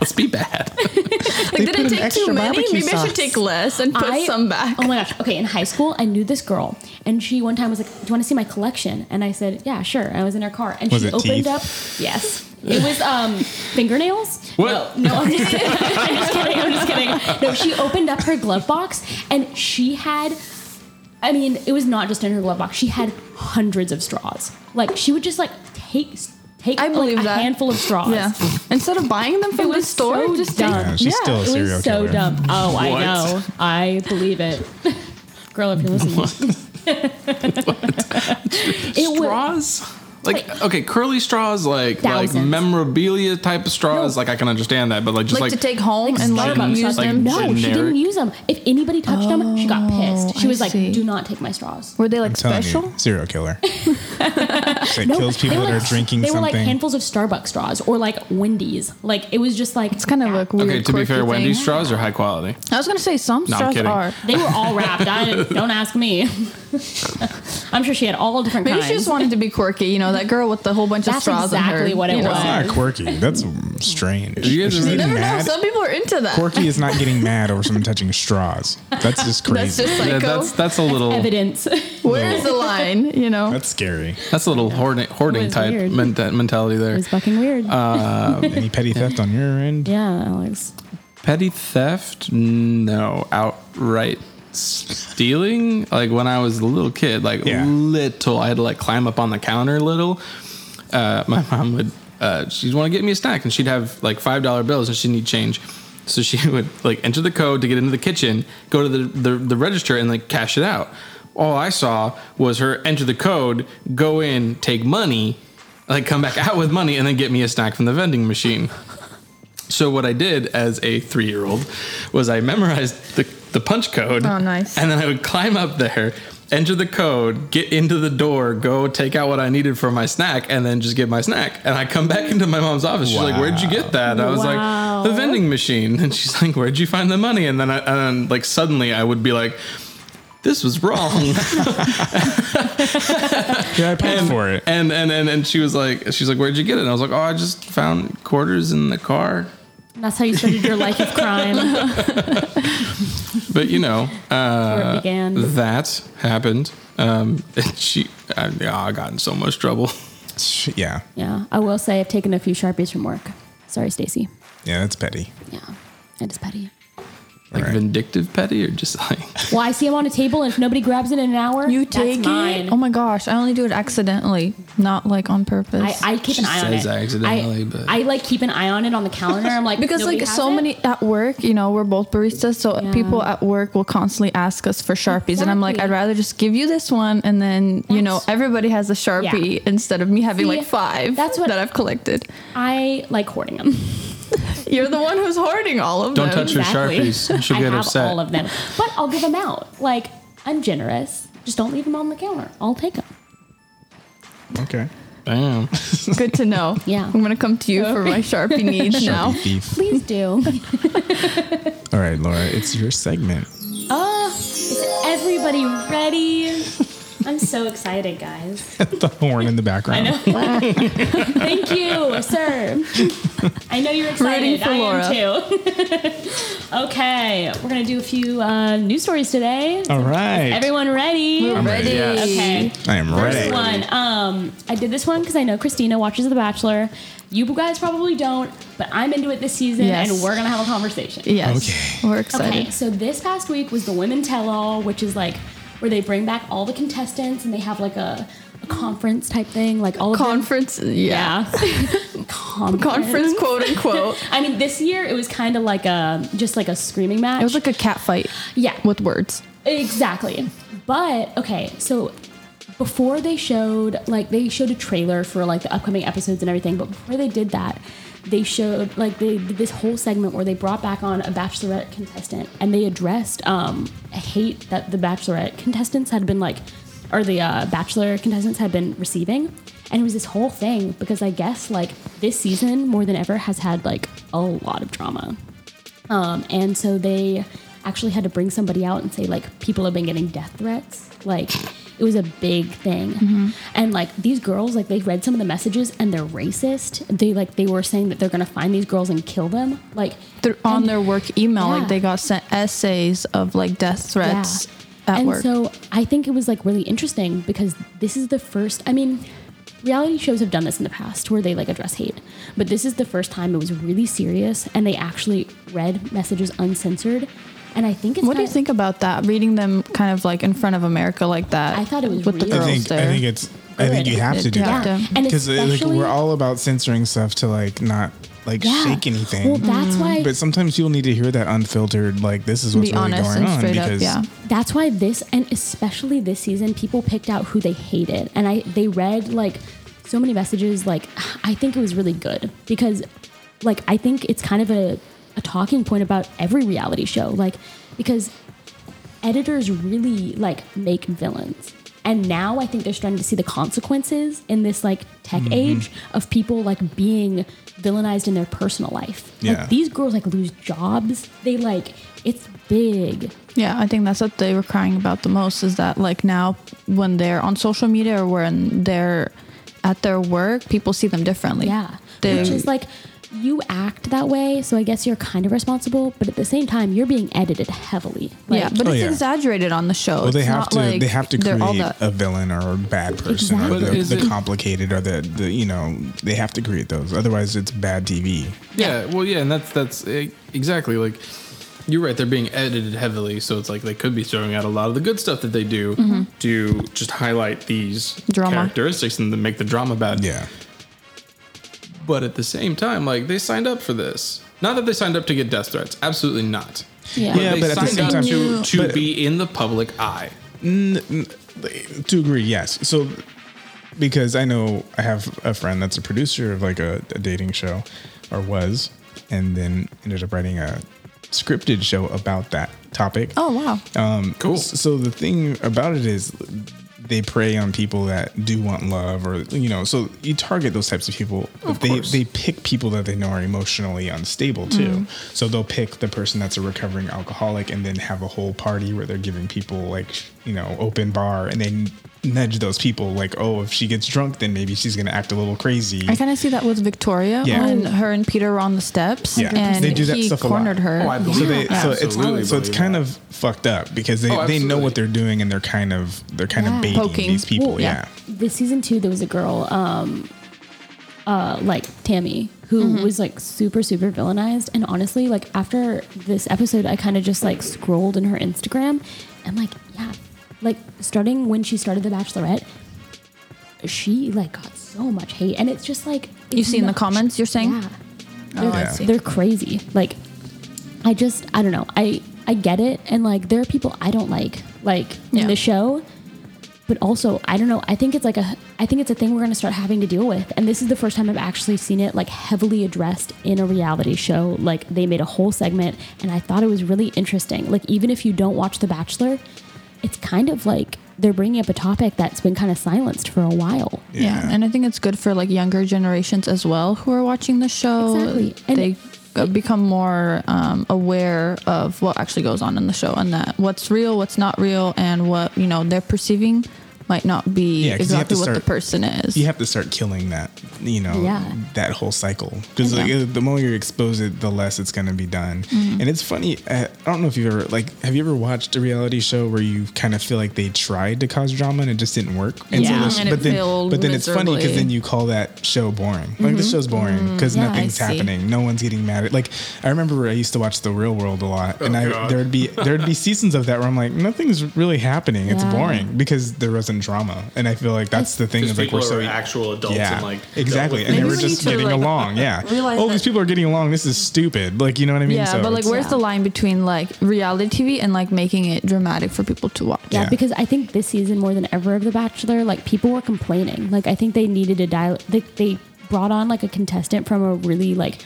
Speaker 3: Let's be bad.
Speaker 4: Like, did
Speaker 1: put
Speaker 4: I
Speaker 1: an
Speaker 4: take
Speaker 1: extra
Speaker 4: too many?
Speaker 1: barbecue
Speaker 4: Maybe I
Speaker 1: sauce.
Speaker 4: should take less and put
Speaker 2: I-
Speaker 4: some back.
Speaker 2: Oh my gosh. Okay, in high school, I knew this girl, and she one time was like, "Do you want to see my collection?" And I said, "Yeah, sure." And I was in her car, and
Speaker 1: Was
Speaker 2: she
Speaker 1: it
Speaker 2: opened
Speaker 1: teeth?
Speaker 2: up. Yes, it was um, fingernails.
Speaker 3: What?
Speaker 2: No, no, I'm just kidding. I'm just kidding. I'm just kidding. No, she opened up her glove box, and she had. I mean, it was not just in her glove box. She had hundreds of straws. Like she would just like take take
Speaker 4: I
Speaker 2: like,
Speaker 4: believe
Speaker 2: a
Speaker 4: that.
Speaker 2: handful of straws.
Speaker 4: Yeah. Instead of buying them
Speaker 2: It
Speaker 4: from the
Speaker 2: was
Speaker 4: store,
Speaker 2: so
Speaker 4: just
Speaker 2: dumb.
Speaker 4: take
Speaker 1: Yeah, she's still a
Speaker 2: it
Speaker 1: serial
Speaker 2: was so
Speaker 1: killer.
Speaker 2: dumb. Oh, I
Speaker 3: What?
Speaker 2: know. I believe it. Girl, if you're listening, it was
Speaker 3: straws? Like okay, curly straws, like like
Speaker 2: Thousands.
Speaker 3: memorabilia type of straws. Like I can understand that, but like just
Speaker 4: like,
Speaker 3: like,
Speaker 4: to take home and like
Speaker 3: Starbucks,
Speaker 4: use
Speaker 3: like-
Speaker 4: them.
Speaker 2: no. She didn't
Speaker 3: generic.
Speaker 2: use them. If anybody touched them, she got pissed. She
Speaker 4: I
Speaker 2: was like,
Speaker 4: see.
Speaker 2: "Do not take my straws."
Speaker 4: Were they
Speaker 1: I'm
Speaker 4: like
Speaker 1: telling
Speaker 4: special?
Speaker 1: you, serial killer. That
Speaker 2: No,
Speaker 1: kills people
Speaker 2: they were
Speaker 1: that
Speaker 2: like-
Speaker 1: are drinking
Speaker 2: They were like
Speaker 1: something.
Speaker 2: handfuls of Starbucks straws or like Wendy's. Like it was just like
Speaker 4: It's kind of like weird.
Speaker 3: okay. To be
Speaker 4: quirky
Speaker 3: fair,
Speaker 4: thing.
Speaker 3: Wendy's straws are high quality.
Speaker 4: I was gonna say some
Speaker 3: No, I'm
Speaker 4: straws
Speaker 3: kidding.
Speaker 4: are.
Speaker 2: they were all wrapped. I don't ask me. I'm sure she had all different
Speaker 4: Maybe
Speaker 2: kinds.
Speaker 4: she just wanted to be quirky, you know, that girl with the whole bunch of
Speaker 2: That's
Speaker 4: straws in her.
Speaker 2: exactly what it
Speaker 4: you know.
Speaker 2: was.
Speaker 1: That's not quirky. That's strange.
Speaker 3: You
Speaker 1: If
Speaker 3: guys
Speaker 1: she's
Speaker 3: are-
Speaker 4: You
Speaker 1: getting
Speaker 4: never know.
Speaker 1: mad,
Speaker 4: Some people are into that.
Speaker 1: quirky is not getting mad over someone touching straws. That's just crazy.
Speaker 4: That's
Speaker 1: That's,
Speaker 4: just psycho.
Speaker 3: Yeah, that's that's a little
Speaker 2: evidence.
Speaker 4: Where's the line? You know,
Speaker 1: scary.
Speaker 3: that's a little hoarding, hoarding
Speaker 2: was
Speaker 3: type
Speaker 2: weird.
Speaker 3: men- mentality there.
Speaker 2: it was fucking weird.
Speaker 1: Any petty theft on your end?
Speaker 2: yeah, Alex.
Speaker 3: Petty theft? No. Outright stealing? Like when I was a little kid, like
Speaker 1: Yeah.
Speaker 3: little, I had to like climb up on the counter a little. Uh, my mom would, uh, she'd want to get me a snack and she'd have like $5 bills and she'd need change. So she would like enter the code to get into the kitchen, go to the, the, the register and like cash it out. All I saw was her enter the code, go in, take money, like come back out with money and then get me a snack from the vending machine. So what I did as a three-year-old was I memorized the, the punch code.
Speaker 4: Oh, nice.
Speaker 3: And then I would climb up there, enter the code, get into the door, go take out what I needed for my snack, and then just get my snack. And I come back into my mom's office. She's like, "Where'd you get that?" And I was
Speaker 2: Wow.
Speaker 3: like, "The vending machine." And she's like, "Where'd you find the money?" And then I, and then, like suddenly I would be like. This was wrong.
Speaker 1: Yeah, I paid
Speaker 3: and,
Speaker 1: for it.
Speaker 3: And, and and and she was like, she's like, where'd you get it? And I was like, oh, I just found quarters in the car.
Speaker 2: And that's how you started your life of crime.
Speaker 3: But you know,
Speaker 2: where it
Speaker 3: uh,
Speaker 2: began.
Speaker 3: that happened. Um, and she, I, yeah, I got in so much trouble.
Speaker 1: yeah,
Speaker 2: Yeah, I will say I've taken a few sharpies from work. Sorry, Stacy.
Speaker 1: yeah, that's petty.
Speaker 2: Yeah, it is petty.
Speaker 1: All
Speaker 3: Like
Speaker 1: right.
Speaker 3: vindictive petty or just like
Speaker 2: Well, I see them on a table, and if nobody grabs it in an hour, that's mine.
Speaker 4: Oh my gosh, I only do it accidentally, not like on purpose.
Speaker 2: I, I keep
Speaker 3: She
Speaker 2: an eye on
Speaker 3: says
Speaker 2: it.
Speaker 3: accidentally,
Speaker 2: I,
Speaker 3: but-
Speaker 2: I like keep an eye on it on the calendar. I'm like
Speaker 4: because
Speaker 2: nobody
Speaker 4: like
Speaker 2: has
Speaker 4: so
Speaker 2: it?
Speaker 4: many at work you know we're both baristas so
Speaker 2: Yeah.
Speaker 4: people at work will constantly ask us for sharpies and i'm like
Speaker 2: Exactly.
Speaker 4: i'd rather just give you this one and then you know
Speaker 2: That's-
Speaker 4: everybody has a sharpie instead of me having
Speaker 2: See,
Speaker 4: like five
Speaker 2: that's what-
Speaker 4: that i've collected
Speaker 2: I like hoarding them.
Speaker 4: you're the one who's hoarding all of
Speaker 3: Don't
Speaker 4: them
Speaker 3: touch her. Sharpies. She'll
Speaker 2: I
Speaker 3: get
Speaker 2: have
Speaker 3: upset.
Speaker 2: all of them, but I'll give them out. Like I'm generous. Just don't leave them on the counter. I'll take them.
Speaker 1: Okay.
Speaker 3: bam.
Speaker 4: good to know
Speaker 2: Yeah.
Speaker 4: i'm gonna come to you for my sharpie needs now
Speaker 1: Thief.
Speaker 2: Please do.
Speaker 1: All right, Laura, it's your segment.
Speaker 2: oh, is everybody ready? I'm so excited, guys.
Speaker 1: the horn in the background.
Speaker 2: Thank you, sir. I know you're
Speaker 4: Rooting
Speaker 2: excited.
Speaker 4: for
Speaker 2: I
Speaker 4: Laura.
Speaker 2: am too. okay, we're gonna do a few uh, news stories today.
Speaker 1: All right.
Speaker 2: Everyone ready?
Speaker 4: We're ready
Speaker 1: Yes.
Speaker 2: Okay.
Speaker 1: I am
Speaker 2: First
Speaker 1: ready.
Speaker 2: one. Um, I did this one because I know Christina watches The Bachelor. You guys probably don't, but I'm into it this season,
Speaker 4: Yes.
Speaker 2: and we're gonna have a conversation.
Speaker 4: yes
Speaker 1: Okay.
Speaker 4: we're
Speaker 2: Okay,
Speaker 4: excited
Speaker 2: so this past week was the Women Tell All, which is like where they bring back all the contestants and they have like a, a conference type thing, like all of them-
Speaker 4: conference yeah,
Speaker 2: Yeah. conference.
Speaker 4: conference quote unquote
Speaker 2: I mean, this year it was kind of like a just like a screaming match.
Speaker 4: it was like a cat fight
Speaker 2: yeah,
Speaker 4: with words
Speaker 2: Exactly. But okay, so before they showed like they showed a trailer for like the upcoming episodes and everything, but before they did that, they showed like they did this whole segment where they brought back on a bachelorette contestant and they addressed um hate that the bachelorette contestants had been like or the uh, bachelor contestants had been receiving. And it was this whole thing because I guess like this season more than ever has had like a lot of drama. Um, and so they actually had to bring somebody out and say, like, people have been getting death threats. Like, it was a big thing.
Speaker 4: Mm-hmm.
Speaker 2: And, like, these girls, like, they read some of the messages and they're racist. They, like, they were saying that they're going to find these girls and kill them. Like,
Speaker 4: They're on their work email,
Speaker 2: Yeah.
Speaker 4: like they got sent essays of like death threats at
Speaker 2: and
Speaker 4: work.
Speaker 2: so I think it was like really interesting because this is the first. I mean, reality shows have done this in the past where they like address hate, but this is the first time it was really serious and they actually read messages uncensored. And I think it's
Speaker 4: what do you
Speaker 2: not-
Speaker 4: think about that? Reading them kind of like in front of America like that.
Speaker 2: I thought it was
Speaker 4: with the
Speaker 2: really-
Speaker 1: I
Speaker 4: girls
Speaker 1: think
Speaker 4: there.
Speaker 1: I think it's I think you have to do
Speaker 4: Yeah.
Speaker 1: that
Speaker 2: and
Speaker 1: because like
Speaker 2: especially-
Speaker 1: we're all about censoring stuff to like not like
Speaker 2: Yeah.
Speaker 1: shake anything.
Speaker 2: Well,
Speaker 4: Mm-hmm.
Speaker 2: that's why
Speaker 1: but sometimes people need to hear that unfiltered like this is what's
Speaker 4: Be
Speaker 1: really
Speaker 4: honest
Speaker 1: going
Speaker 4: and
Speaker 1: on
Speaker 4: straight up.
Speaker 1: because
Speaker 4: Yeah.
Speaker 2: that's why this and especially this season people picked out who they hated and i they read like so many messages like i think it was really good because like i think it's kind of a, a talking point about every reality show like because editors really like make villains and now i think they're starting to see the consequences in this like tech age of people like being villainized in their personal life
Speaker 1: Yeah.
Speaker 2: like these girls like lose jobs they like it's big
Speaker 4: Yeah, I think that's what they were crying about the most is that like now when they're on social media or when they're at their work, people see them differently.
Speaker 2: Yeah.
Speaker 4: They-
Speaker 2: Which is like, you act that way, so I guess you're kind of responsible, but at the same time, you're being edited heavily. Like,
Speaker 4: yeah, but
Speaker 1: Oh,
Speaker 4: it's
Speaker 1: yeah.
Speaker 4: exaggerated on the show.
Speaker 1: well they
Speaker 4: It's
Speaker 1: have
Speaker 4: not
Speaker 1: to
Speaker 4: like
Speaker 1: they have to
Speaker 4: they're
Speaker 1: create
Speaker 4: all that.
Speaker 1: a villain or a bad person
Speaker 2: Exactly.
Speaker 1: or
Speaker 3: But
Speaker 1: the,
Speaker 3: is
Speaker 1: the
Speaker 3: it-
Speaker 1: complicated or the, the you know they have to create those otherwise it's bad TV.
Speaker 3: Yeah, well, yeah, and that's that's eh, exactly like you're right. They're being edited heavily, so it's like they could be throwing out a lot of the good stuff that they do
Speaker 2: Mm-hmm.
Speaker 3: to just highlight these
Speaker 4: Drama.
Speaker 3: characteristics and then make the drama bad.
Speaker 1: Yeah.
Speaker 3: But at the same time, like they signed up for this. Not that they signed up to get death threats. Absolutely not.
Speaker 2: Yeah.
Speaker 1: Yeah,
Speaker 3: they
Speaker 1: but at the
Speaker 3: signed
Speaker 1: same
Speaker 3: up
Speaker 1: time-
Speaker 3: to, to
Speaker 1: But-
Speaker 3: be in the public eye.
Speaker 1: to agree, yes. So because I know I have a friend that's a producer of like a, a dating show, or was, and then ended up writing a scripted show about that topic.
Speaker 4: Oh wow.
Speaker 1: Um,
Speaker 3: Cool.
Speaker 1: s- So the thing about it is, they prey on people that do want love, or you know, so you target those types of people. But they
Speaker 3: course.
Speaker 1: they pick people that they know are emotionally unstable too. So they'll pick the person that's a recovering alcoholic, and then have a whole party where they're giving people like you know open bar, and they nudge those people like, oh, if she gets drunk, then maybe she's gonna act a little crazy.
Speaker 4: I kind of see that with Victoria
Speaker 1: Yeah.
Speaker 4: when her and Peter were on the steps
Speaker 1: Yeah.
Speaker 4: and
Speaker 1: They do that
Speaker 4: he
Speaker 1: stuff a lot.
Speaker 4: cornered her.
Speaker 3: Oh, I believe
Speaker 1: So they,
Speaker 3: Yeah.
Speaker 1: so it's
Speaker 3: Absolutely
Speaker 1: so it's
Speaker 3: believe
Speaker 1: kind
Speaker 3: that.
Speaker 1: of fucked up because they,
Speaker 3: Oh,
Speaker 1: they know
Speaker 3: absolutely.
Speaker 1: what they're doing and they're kind of they're kind
Speaker 2: Yeah.
Speaker 1: of baiting
Speaker 4: Poking.
Speaker 1: these people.
Speaker 4: Well, yeah.
Speaker 1: yeah.
Speaker 2: the season two there was a girl um uh like tammy who
Speaker 4: Mm-hmm.
Speaker 2: was like super super villainized and honestly like after this episode i kind of just like scrolled in her instagram and like yeah like starting when she started the bachelorette she like got so much hate and it's just like
Speaker 4: You
Speaker 2: it's
Speaker 4: see in the
Speaker 2: not-
Speaker 4: comments, you're saying?
Speaker 2: yeah
Speaker 4: Oh, I
Speaker 1: Yeah.
Speaker 4: see.
Speaker 2: they're crazy like i just i don't know i i get it and like there are people i don't like like
Speaker 4: Yeah.
Speaker 2: in the show but also i don't know i think it's like a i think it's a thing we're going to start having to deal with and this is the first time i've actually seen it like heavily addressed in a reality show like they made a whole segment and i thought it was really interesting like even if you don't watch the bachelor it's kind of like they're bringing up a topic that's been kind of silenced for a while
Speaker 4: Yeah. and I think it's good for like younger generations as well who are watching the show.
Speaker 2: Exactly. And-
Speaker 4: they uh, become more um, aware of what actually goes on in the show and that what's real, what's not real, and what you know they're perceiving might not be
Speaker 1: Yeah, 'cause you have
Speaker 4: exactly
Speaker 1: to
Speaker 4: what the
Speaker 1: start-
Speaker 4: person is.
Speaker 1: you have to start killing that, you know,
Speaker 2: Yeah.
Speaker 1: that whole cycle. Because
Speaker 4: Yeah. Mm-hmm.
Speaker 1: like, uh, the more you expose it, the less it's going to be done. And it's funny. uh, I don't know if you've ever like, have you ever watched a reality show where you kind of feel like they tried to cause drama and it just didn't work? And
Speaker 4: Yeah.
Speaker 1: this-
Speaker 4: And it
Speaker 1: but then,
Speaker 4: failed
Speaker 1: but then it's funny because
Speaker 4: miserably. Mm-hmm.
Speaker 1: then you call that show boring. Like this show's boring because
Speaker 4: Yeah, I
Speaker 1: nothing's
Speaker 4: see.
Speaker 1: happening. No one's getting mad at. Like I remember I used to watch The Real World a lot, and I
Speaker 3: God.
Speaker 1: there'd be there'd be seasons of that where I'm like, nothing's really happening. It's
Speaker 2: Yeah.
Speaker 1: boring because there wasn't drama. And I feel like that's the thing.
Speaker 5: Just
Speaker 1: is like
Speaker 5: people
Speaker 1: we're
Speaker 5: who
Speaker 1: so
Speaker 5: are actual adults
Speaker 1: yeah,
Speaker 5: and like
Speaker 1: exactly, and
Speaker 5: dealt
Speaker 1: they
Speaker 4: Maybe
Speaker 1: were
Speaker 4: we
Speaker 1: just
Speaker 4: need to,
Speaker 1: getting
Speaker 4: like,
Speaker 1: along. Yeah,
Speaker 4: realize
Speaker 1: oh, these
Speaker 4: that-
Speaker 1: people are getting along. This is stupid. Like you know what I mean?
Speaker 4: yeah, but like,
Speaker 1: it's-
Speaker 4: where's
Speaker 2: Yeah.
Speaker 4: the line between like reality TV and like making it dramatic for people to watch?
Speaker 2: Yeah,
Speaker 1: Yeah.
Speaker 2: because I think this season more than ever of The Bachelor, like people were complaining. Like I think they needed to dial. They, they brought on like a contestant from a really like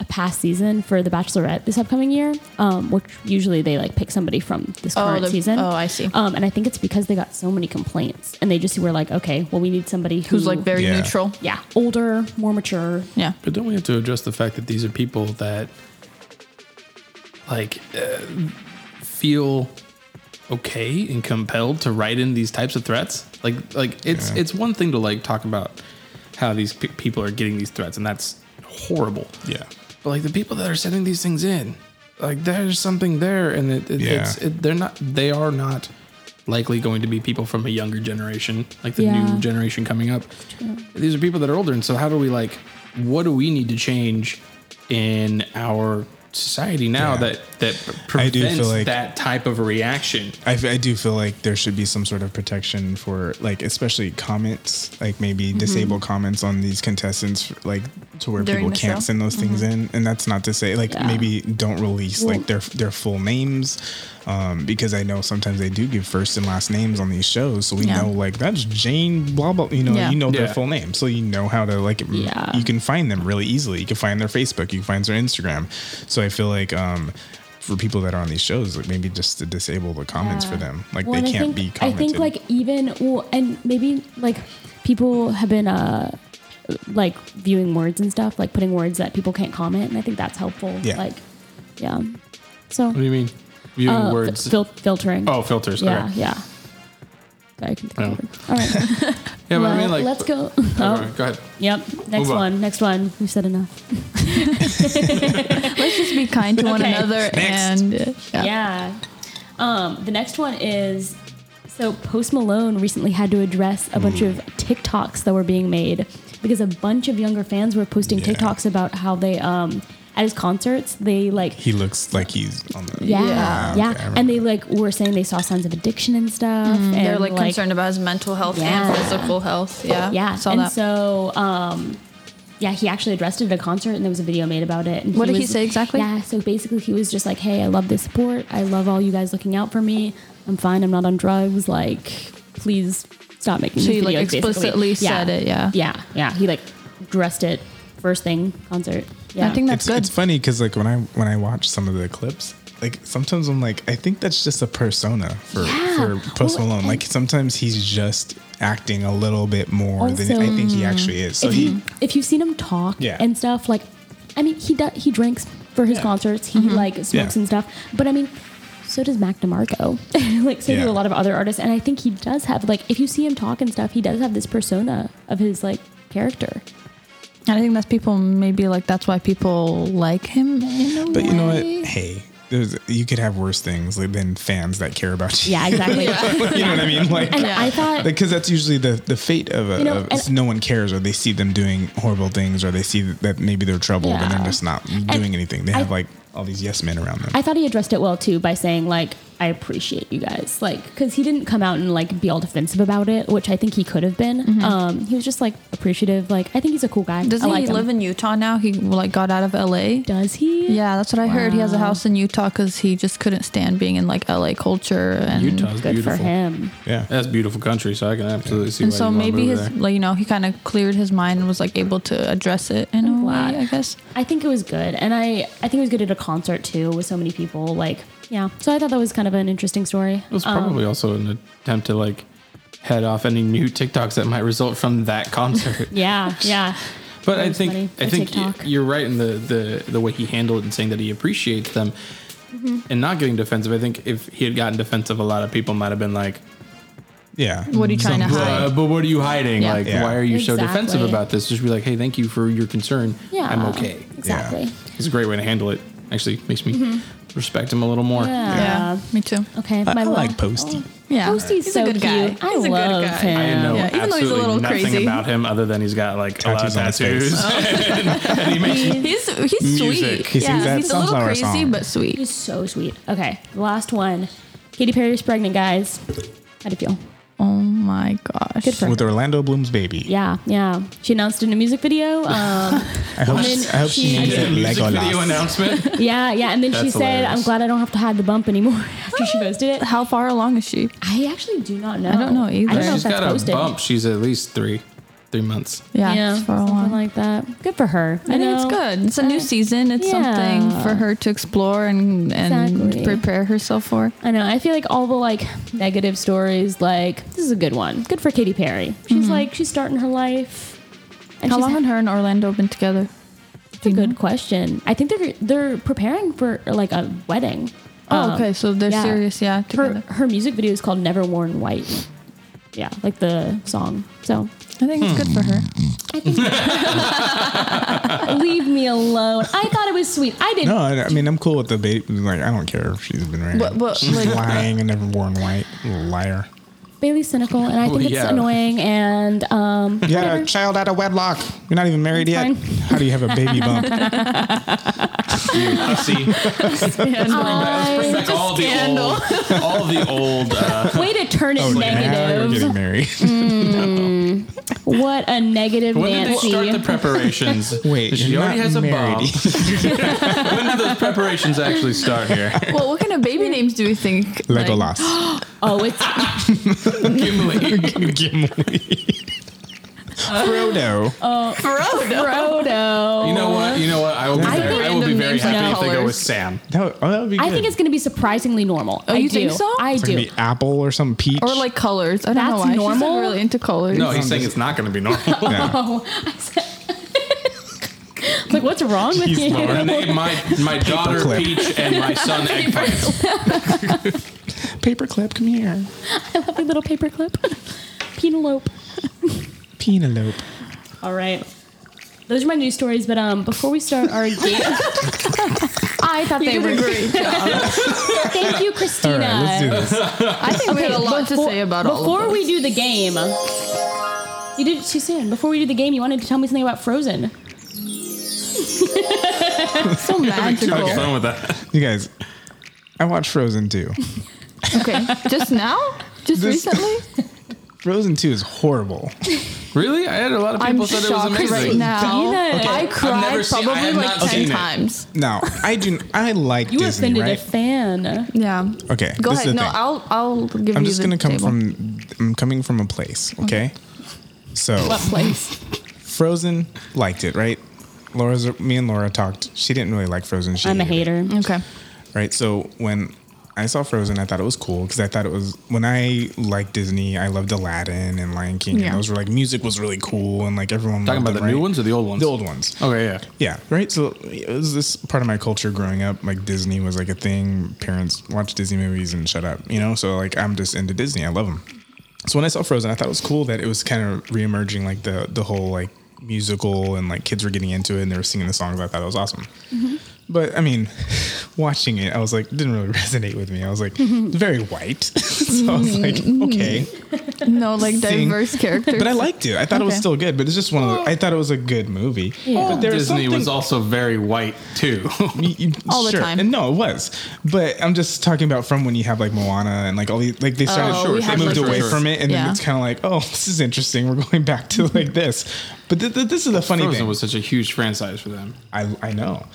Speaker 2: a past season for The Bachelorette this upcoming year, um, which usually they like pick somebody from this
Speaker 4: Oh,
Speaker 2: current
Speaker 4: the-
Speaker 2: season.
Speaker 4: oh, I see.
Speaker 2: Um, and I think it's because they got so many complaints, and they just were like, okay, well, we need somebody who,
Speaker 4: Who's like very
Speaker 1: Yeah.
Speaker 4: neutral?
Speaker 2: yeah older, more mature.
Speaker 4: Yeah.
Speaker 3: But don't we have to address the fact that these are people that, like, uh, feel okay and compelled to write in these types of threats? Like, like it's
Speaker 1: Yeah.
Speaker 3: it's one thing to like talk about how these pe- people are getting these threats, and that's horrible.
Speaker 1: yeah,
Speaker 3: But like the people that are sending these things in, like there's something there, and it, it,
Speaker 1: Yeah.
Speaker 3: it's it, they're not they are not likely going to be people from a younger generation, like the
Speaker 2: Yeah.
Speaker 3: new generation coming up. These are people that are older, and so how do we like what do we need to change in our society now
Speaker 1: Yeah.
Speaker 3: that that
Speaker 1: I do feel
Speaker 3: prevents
Speaker 1: like-
Speaker 3: that type of reaction?
Speaker 1: I, f- I do feel like there should be some sort of protection for like especially comments, like maybe
Speaker 4: Mm-hmm.
Speaker 1: disable comments on these contestants, like to where
Speaker 4: During
Speaker 1: people can't
Speaker 4: the show? Mm-hmm.
Speaker 1: send those things in. And that's not to say like
Speaker 2: Yeah.
Speaker 1: maybe don't release
Speaker 2: Well-
Speaker 1: like their their full names, um, because I know sometimes they do give first and last names on these shows, so we
Speaker 4: Yeah.
Speaker 1: know like that's Jane blah blah. You know,
Speaker 4: Yeah.
Speaker 1: you know their
Speaker 3: Yeah.
Speaker 1: full name, so you know how to like. m-
Speaker 2: Yeah.
Speaker 1: you can find them really easily. You can find their Facebook, you can find their Instagram. So I feel like um, for people that are on these shows, like maybe just to disable the comments for them, like
Speaker 2: Well,
Speaker 1: they
Speaker 2: and
Speaker 1: can't
Speaker 2: I think,
Speaker 1: be commented.
Speaker 2: I think like even well, and maybe like people have been uh like viewing words and stuff, like putting words that people can't comment, and I think that's helpful.
Speaker 1: Yeah.
Speaker 2: Like, yeah. So
Speaker 3: What do you mean? Viewing
Speaker 2: uh,
Speaker 3: words.
Speaker 2: fil- filtering.
Speaker 3: oh, filters.
Speaker 2: yeah,
Speaker 3: Okay.
Speaker 2: yeah. Sorry, I can think
Speaker 3: Oh.
Speaker 2: of it. All right.
Speaker 3: Yeah, but
Speaker 2: well,
Speaker 3: I mean, like,
Speaker 2: let's go.
Speaker 3: All
Speaker 2: Oh,
Speaker 3: right, go ahead.
Speaker 2: yep. Next
Speaker 3: Move on.
Speaker 2: one. Next one. We've said enough.
Speaker 4: Let's just be kind to one
Speaker 2: Okay.
Speaker 4: another and uh, yeah.
Speaker 2: Yeah. Um, the next one is so Post Malone recently had to address a
Speaker 1: Hmm.
Speaker 2: bunch of TikToks that were being made because a bunch of younger fans were posting
Speaker 1: Yeah.
Speaker 2: TikToks about how they um at his concerts they like
Speaker 1: he looks like he's on the
Speaker 2: yeah
Speaker 4: Yeah.
Speaker 2: yeah,
Speaker 1: Okay, I
Speaker 2: and they like were saying they saw signs of addiction and stuff and
Speaker 4: They're like, concerned about his mental health and
Speaker 2: Yeah.
Speaker 4: physical health. Yeah.
Speaker 2: yeah
Speaker 4: Saw
Speaker 2: and
Speaker 4: that.
Speaker 2: so um yeah he actually addressed it at a concert and there was a video made about it and
Speaker 4: What did he
Speaker 2: was-
Speaker 4: say exactly?
Speaker 2: yeah so basically he was just like hey i love this sport i love all you guys looking out for me i'm fine i'm not on drugs like please stop making
Speaker 4: So
Speaker 2: these
Speaker 4: you, like,
Speaker 2: videos, basically.
Speaker 4: explicitly said it, yeah.
Speaker 2: Yeah, yeah. He like dressed it first thing concert. Yeah.
Speaker 4: I think that's
Speaker 1: It's,
Speaker 4: good.
Speaker 1: it's funny because like when I when I watch some of the clips, like sometimes I'm like, I think that's just a persona for
Speaker 2: Yeah.
Speaker 1: for Post
Speaker 2: Well,
Speaker 1: Malone.
Speaker 2: and-
Speaker 1: Like sometimes he's just acting a little bit more than I
Speaker 2: Also-
Speaker 1: think he actually is. So
Speaker 2: if,
Speaker 1: he
Speaker 2: you, if you've seen him talk
Speaker 1: Yeah.
Speaker 2: and stuff, like, I mean, he do, he drinks for his concerts. He like smokes
Speaker 1: Mm-hmm. Yeah.
Speaker 2: and stuff. But I mean, so does Mac DeMarco. like, so
Speaker 1: Yeah.
Speaker 2: do a lot of other artists. And I think he does have like, if you see him talk and stuff, he does have this persona of his like character.
Speaker 4: And I think that's people maybe like that's why people like him. In a
Speaker 1: But you know what?
Speaker 4: way.
Speaker 1: Hey, there's you could have worse things like, than fans that care about you.
Speaker 2: Yeah, exactly.
Speaker 1: you know what I mean? Like,
Speaker 2: And I thought
Speaker 1: because that's usually the the fate of a.
Speaker 2: You know,
Speaker 1: of-
Speaker 2: and-
Speaker 1: no one cares, or they see them doing horrible things, or they see that maybe they're troubled, and
Speaker 2: Yeah.
Speaker 1: they're just not doing anything. They
Speaker 2: I-
Speaker 1: have like all these yes men around them.
Speaker 2: I thought he addressed it well too by saying like I appreciate you guys like because he didn't come out and like be all defensive about it, which I think he could have been. Um, he was just like appreciative. Like I think he's a cool guy.
Speaker 4: Doesn't
Speaker 2: I like
Speaker 4: Mm-hmm. he live in Utah now? He like got out of LA.
Speaker 2: Does he?
Speaker 4: Yeah, that's what I heard. He has a
Speaker 2: Wow.
Speaker 4: house in Utah because he just couldn't stand being in like LA culture and
Speaker 3: Utah's
Speaker 2: Good
Speaker 3: beautiful.
Speaker 2: for him.
Speaker 1: yeah.
Speaker 3: That's beautiful country, so I can absolutely see.
Speaker 4: and
Speaker 3: why
Speaker 4: so
Speaker 3: you'd wanna
Speaker 4: maybe
Speaker 3: move
Speaker 4: his
Speaker 3: there.
Speaker 4: like you know he kind of cleared his mind and was like able to address it in a
Speaker 2: glad.
Speaker 4: way. I guess
Speaker 2: I think it was good, and I I think it was good at a concert too with so many people. Like yeah, so I thought that was kind of an interesting story. Um,
Speaker 3: It was
Speaker 4: Um,
Speaker 3: probably also an attempt to like head off any new TikToks that might result from that concert.
Speaker 2: Yeah, yeah.
Speaker 3: But
Speaker 2: That
Speaker 3: I
Speaker 2: was
Speaker 3: think
Speaker 2: funny.
Speaker 3: I
Speaker 2: Or
Speaker 3: think y-
Speaker 2: TikTok.
Speaker 3: you're right in the, the the way he handled it and saying that he appreciates them
Speaker 4: Mm-hmm.
Speaker 3: and not getting defensive. I think if he had gotten defensive, a lot of people might have been like,
Speaker 1: Yeah.
Speaker 4: What are you trying to
Speaker 1: Some-
Speaker 4: hide?
Speaker 3: uh, "But what are you hiding?
Speaker 4: Yeah.
Speaker 3: Like,
Speaker 1: Yeah.
Speaker 3: why are you so
Speaker 2: Exactly.
Speaker 3: defensive about this?" Just be like, "Hey, thank you for your concern.
Speaker 2: Yeah,
Speaker 3: I'm okay."
Speaker 2: Exactly.
Speaker 3: It's a great way to handle it. Actually, makes me respect him a little more.
Speaker 2: Yeah.
Speaker 4: Mm-hmm. yeah, me too.
Speaker 2: Okay.
Speaker 1: I,
Speaker 2: my
Speaker 1: I
Speaker 2: lo-
Speaker 1: like Posty.
Speaker 4: Yeah,
Speaker 2: Posty's
Speaker 4: He's
Speaker 2: so
Speaker 4: a good
Speaker 2: cute.
Speaker 4: guy.
Speaker 2: I
Speaker 4: He's a good
Speaker 2: love
Speaker 4: guy.
Speaker 2: him.
Speaker 3: I know
Speaker 4: Yeah, even though he's a
Speaker 3: absolutely
Speaker 4: little
Speaker 3: nothing
Speaker 4: crazy.
Speaker 3: about him other than he's got like
Speaker 1: Tattoos
Speaker 3: a
Speaker 1: on
Speaker 3: lot of
Speaker 1: his face.
Speaker 3: tattoos. and he makes
Speaker 4: He's he's
Speaker 3: Music.
Speaker 4: sweet.
Speaker 1: He sings that
Speaker 4: he's a little
Speaker 1: sunflower
Speaker 4: crazy
Speaker 1: song.
Speaker 4: but sweet.
Speaker 2: He's so sweet. Okay, the last one. Katy Perry's pregnant, guys. How do you feel?
Speaker 4: Oh my gosh.
Speaker 2: Good for
Speaker 1: With
Speaker 2: her.
Speaker 1: Orlando Bloom's baby.
Speaker 2: Yeah, yeah. She announced it in a music video. Um,
Speaker 1: I hope,
Speaker 2: And
Speaker 1: she,
Speaker 2: then
Speaker 1: I hope she,
Speaker 2: she-
Speaker 1: names
Speaker 2: Yeah,
Speaker 1: it
Speaker 3: music video
Speaker 1: Legolas.
Speaker 3: announcement.
Speaker 2: yeah, yeah. And then she
Speaker 3: That's
Speaker 2: said,
Speaker 3: hilarious.
Speaker 2: "I'm glad I don't have to hide the bump anymore." After she posted it,
Speaker 4: How far along is she?
Speaker 2: I actually do not know.
Speaker 4: I don't know either.
Speaker 2: I don't know if
Speaker 3: She's
Speaker 2: that's
Speaker 3: got a
Speaker 2: posted.
Speaker 3: bump. She's at least three, three months.
Speaker 4: Yeah,
Speaker 2: Yeah,
Speaker 4: it's far
Speaker 2: something
Speaker 4: along.
Speaker 2: like that. Good for her.
Speaker 4: I think it's good. It's a new season. It's
Speaker 2: Yeah.
Speaker 4: something for her to explore and and
Speaker 2: Exactly.
Speaker 4: prepare herself for.
Speaker 2: I know. I feel like all the like negative stories. Like this is a good one. Good for Katy Perry. She's like she's starting her life. And
Speaker 4: Mm-hmm. How
Speaker 2: she's
Speaker 4: long had her and Orlando been together?
Speaker 2: That's a good question. I think they're they're preparing for like a wedding.
Speaker 4: Oh, okay, so they're serious, yeah,
Speaker 2: Uh, Her
Speaker 4: together.
Speaker 2: her music video is called Never Worn White. Yeah, like the song. So
Speaker 4: I think it's good for her.
Speaker 2: leave me alone. I thought it was sweet. I didn't.
Speaker 1: No, I, I mean I'm cool with the baby. Like I don't care if she's been raped.
Speaker 4: What- what-
Speaker 1: she's
Speaker 4: like-
Speaker 1: lying and never worn white. Liar.
Speaker 2: Bailey's cynical, and I think it's
Speaker 3: Oh, yeah.
Speaker 2: annoying. And um,
Speaker 1: You had
Speaker 2: whatever.
Speaker 1: a child out of wedlock. You're not even married
Speaker 2: That's
Speaker 1: yet.
Speaker 2: fine.
Speaker 1: How do you have a baby bump?
Speaker 3: You hussy.
Speaker 2: Uh,
Speaker 3: Bring
Speaker 2: I,
Speaker 3: back all the old, all the old. Uh,
Speaker 2: way to turn it
Speaker 1: now you're
Speaker 2: negative.
Speaker 1: getting married.
Speaker 2: What a negative
Speaker 3: when did they
Speaker 2: Nancy.
Speaker 3: start the preparations?
Speaker 1: Wait,
Speaker 3: she
Speaker 1: you're
Speaker 3: already
Speaker 1: not
Speaker 3: has
Speaker 1: married.
Speaker 3: a bomb. when did those preparations actually start here?
Speaker 4: Well, what kind of baby names do we think? like-
Speaker 1: Legolas.
Speaker 2: oh, it's
Speaker 3: Gimli.
Speaker 1: Gimli. Frodo.
Speaker 2: Uh, Frodo.
Speaker 3: You know what? You know what? I will be,
Speaker 1: I
Speaker 3: very,
Speaker 4: think
Speaker 3: I will be
Speaker 4: random
Speaker 3: very
Speaker 4: names and
Speaker 3: happy if they go
Speaker 4: colors.
Speaker 3: with Sam.
Speaker 1: That would, oh, that would be good.
Speaker 2: I think it's going to be surprisingly normal.
Speaker 4: Oh,
Speaker 2: I
Speaker 4: you
Speaker 2: do.
Speaker 4: think so?
Speaker 2: I
Speaker 1: It's gonna
Speaker 2: do.
Speaker 1: be apple or some peach.
Speaker 4: Or like colors. I don't know
Speaker 2: That's
Speaker 4: why. She's, like,
Speaker 2: normal?
Speaker 4: really into colors.
Speaker 3: No, he's saying it's not going to be normal.
Speaker 1: Yeah.
Speaker 2: Oh, I said. like, what's wrong with
Speaker 1: Jeez,
Speaker 2: you?
Speaker 1: Laura.
Speaker 3: Name my my daughter
Speaker 1: Paperclip.
Speaker 3: Peach and my son Eggplant.
Speaker 1: paperclip. Come here,
Speaker 2: Lovely little paperclip. Penelope.
Speaker 1: penelope.
Speaker 2: All right. Those are my news stories, but um, before we start our game, I thought they were great. Thank you, Christina.
Speaker 1: All right, let's do this.
Speaker 4: I think we had a lot to say about all
Speaker 2: before
Speaker 4: of
Speaker 2: we do the game, you did it too soon. Before we do the game, you wanted to tell me something about Frozen.
Speaker 4: so magical.
Speaker 3: Have
Speaker 4: okay.
Speaker 3: fun with that.
Speaker 1: You guys, I watched Frozen too.
Speaker 4: just now? Just
Speaker 1: This-
Speaker 4: recently?
Speaker 1: Frozen Two is horrible.
Speaker 3: Really? I had a lot of
Speaker 4: I'm
Speaker 3: people said it was
Speaker 4: shocked
Speaker 3: amazing.
Speaker 4: right now.
Speaker 2: Gina, Okay.
Speaker 4: I
Speaker 2: I've
Speaker 4: cried
Speaker 3: never seen- I
Speaker 4: probably
Speaker 3: have
Speaker 4: like
Speaker 3: not
Speaker 4: ten
Speaker 3: seen it.
Speaker 4: times.
Speaker 1: Now I do. I like
Speaker 2: You
Speaker 1: Disney,
Speaker 2: offended
Speaker 1: right?
Speaker 2: a fan.
Speaker 4: Yeah.
Speaker 1: Okay,
Speaker 4: Go
Speaker 1: this is
Speaker 4: ahead.
Speaker 1: the
Speaker 4: No,
Speaker 1: thing.
Speaker 4: I'll I'll give
Speaker 1: I'm
Speaker 4: you
Speaker 1: just
Speaker 4: the
Speaker 1: gonna come
Speaker 4: table.
Speaker 1: from. I'm coming from a place. Okay. So
Speaker 2: What place?
Speaker 1: Frozen liked it, right? Laura's. Me and Laura talked. She didn't really like Frozen. She
Speaker 2: I'm a
Speaker 1: hated it.
Speaker 2: hater.
Speaker 4: Okay.
Speaker 1: right? So when I saw Frozen, I thought it was cool because I thought it was when I liked Disney, I loved Aladdin and Lion King,
Speaker 4: Yeah.
Speaker 1: and those were like music was really cool and like everyone
Speaker 3: Talking
Speaker 1: loved
Speaker 3: about
Speaker 1: them,
Speaker 3: the new
Speaker 1: right?
Speaker 3: ones or the old ones?
Speaker 1: the old ones.
Speaker 3: Okay, yeah.
Speaker 1: Yeah, right. So it was this part of my culture growing up. Like Disney was like a thing. Parents watch Disney movies and shut up, you know. So like I'm just into Disney. I love them. So when I saw Frozen, I thought it was cool that it was kind of reemerging, like the the whole like musical and like kids were getting into it and they were singing the songs. I thought it was awesome. But I mean, watching it, I was like, didn't really resonate with me. I was like, very white. so I was like, okay,
Speaker 4: No, like
Speaker 1: Sing.
Speaker 4: diverse characters.
Speaker 1: but I liked it. I thought it was
Speaker 4: Okay.
Speaker 1: still good, but it's just one of the. I thought it was a good movie.
Speaker 2: Yeah.
Speaker 3: Oh,
Speaker 1: But there was
Speaker 3: Disney was
Speaker 1: something-
Speaker 3: also very white too.
Speaker 1: you- you-
Speaker 4: All the time.
Speaker 1: And no, it was. But I'm just talking about from when you have like Moana and like all these like they started
Speaker 4: Oh, we
Speaker 1: they
Speaker 4: had,
Speaker 1: moved
Speaker 4: like,
Speaker 1: away
Speaker 4: this-
Speaker 1: from it and
Speaker 4: yeah. Mm-hmm.
Speaker 1: then it's kind of like oh this is interesting we're going back to like this. But th- th- this is the funny
Speaker 3: Frozen
Speaker 1: thing.
Speaker 3: was such a huge franchise for them.
Speaker 1: I I know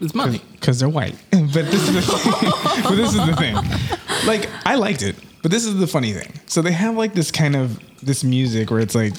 Speaker 3: It's
Speaker 4: Oh.
Speaker 3: money.
Speaker 1: because they're white. but this is the thing. but this is the thing. Like I liked it, but this is the funny thing. So they have like this kind of this music where it's like.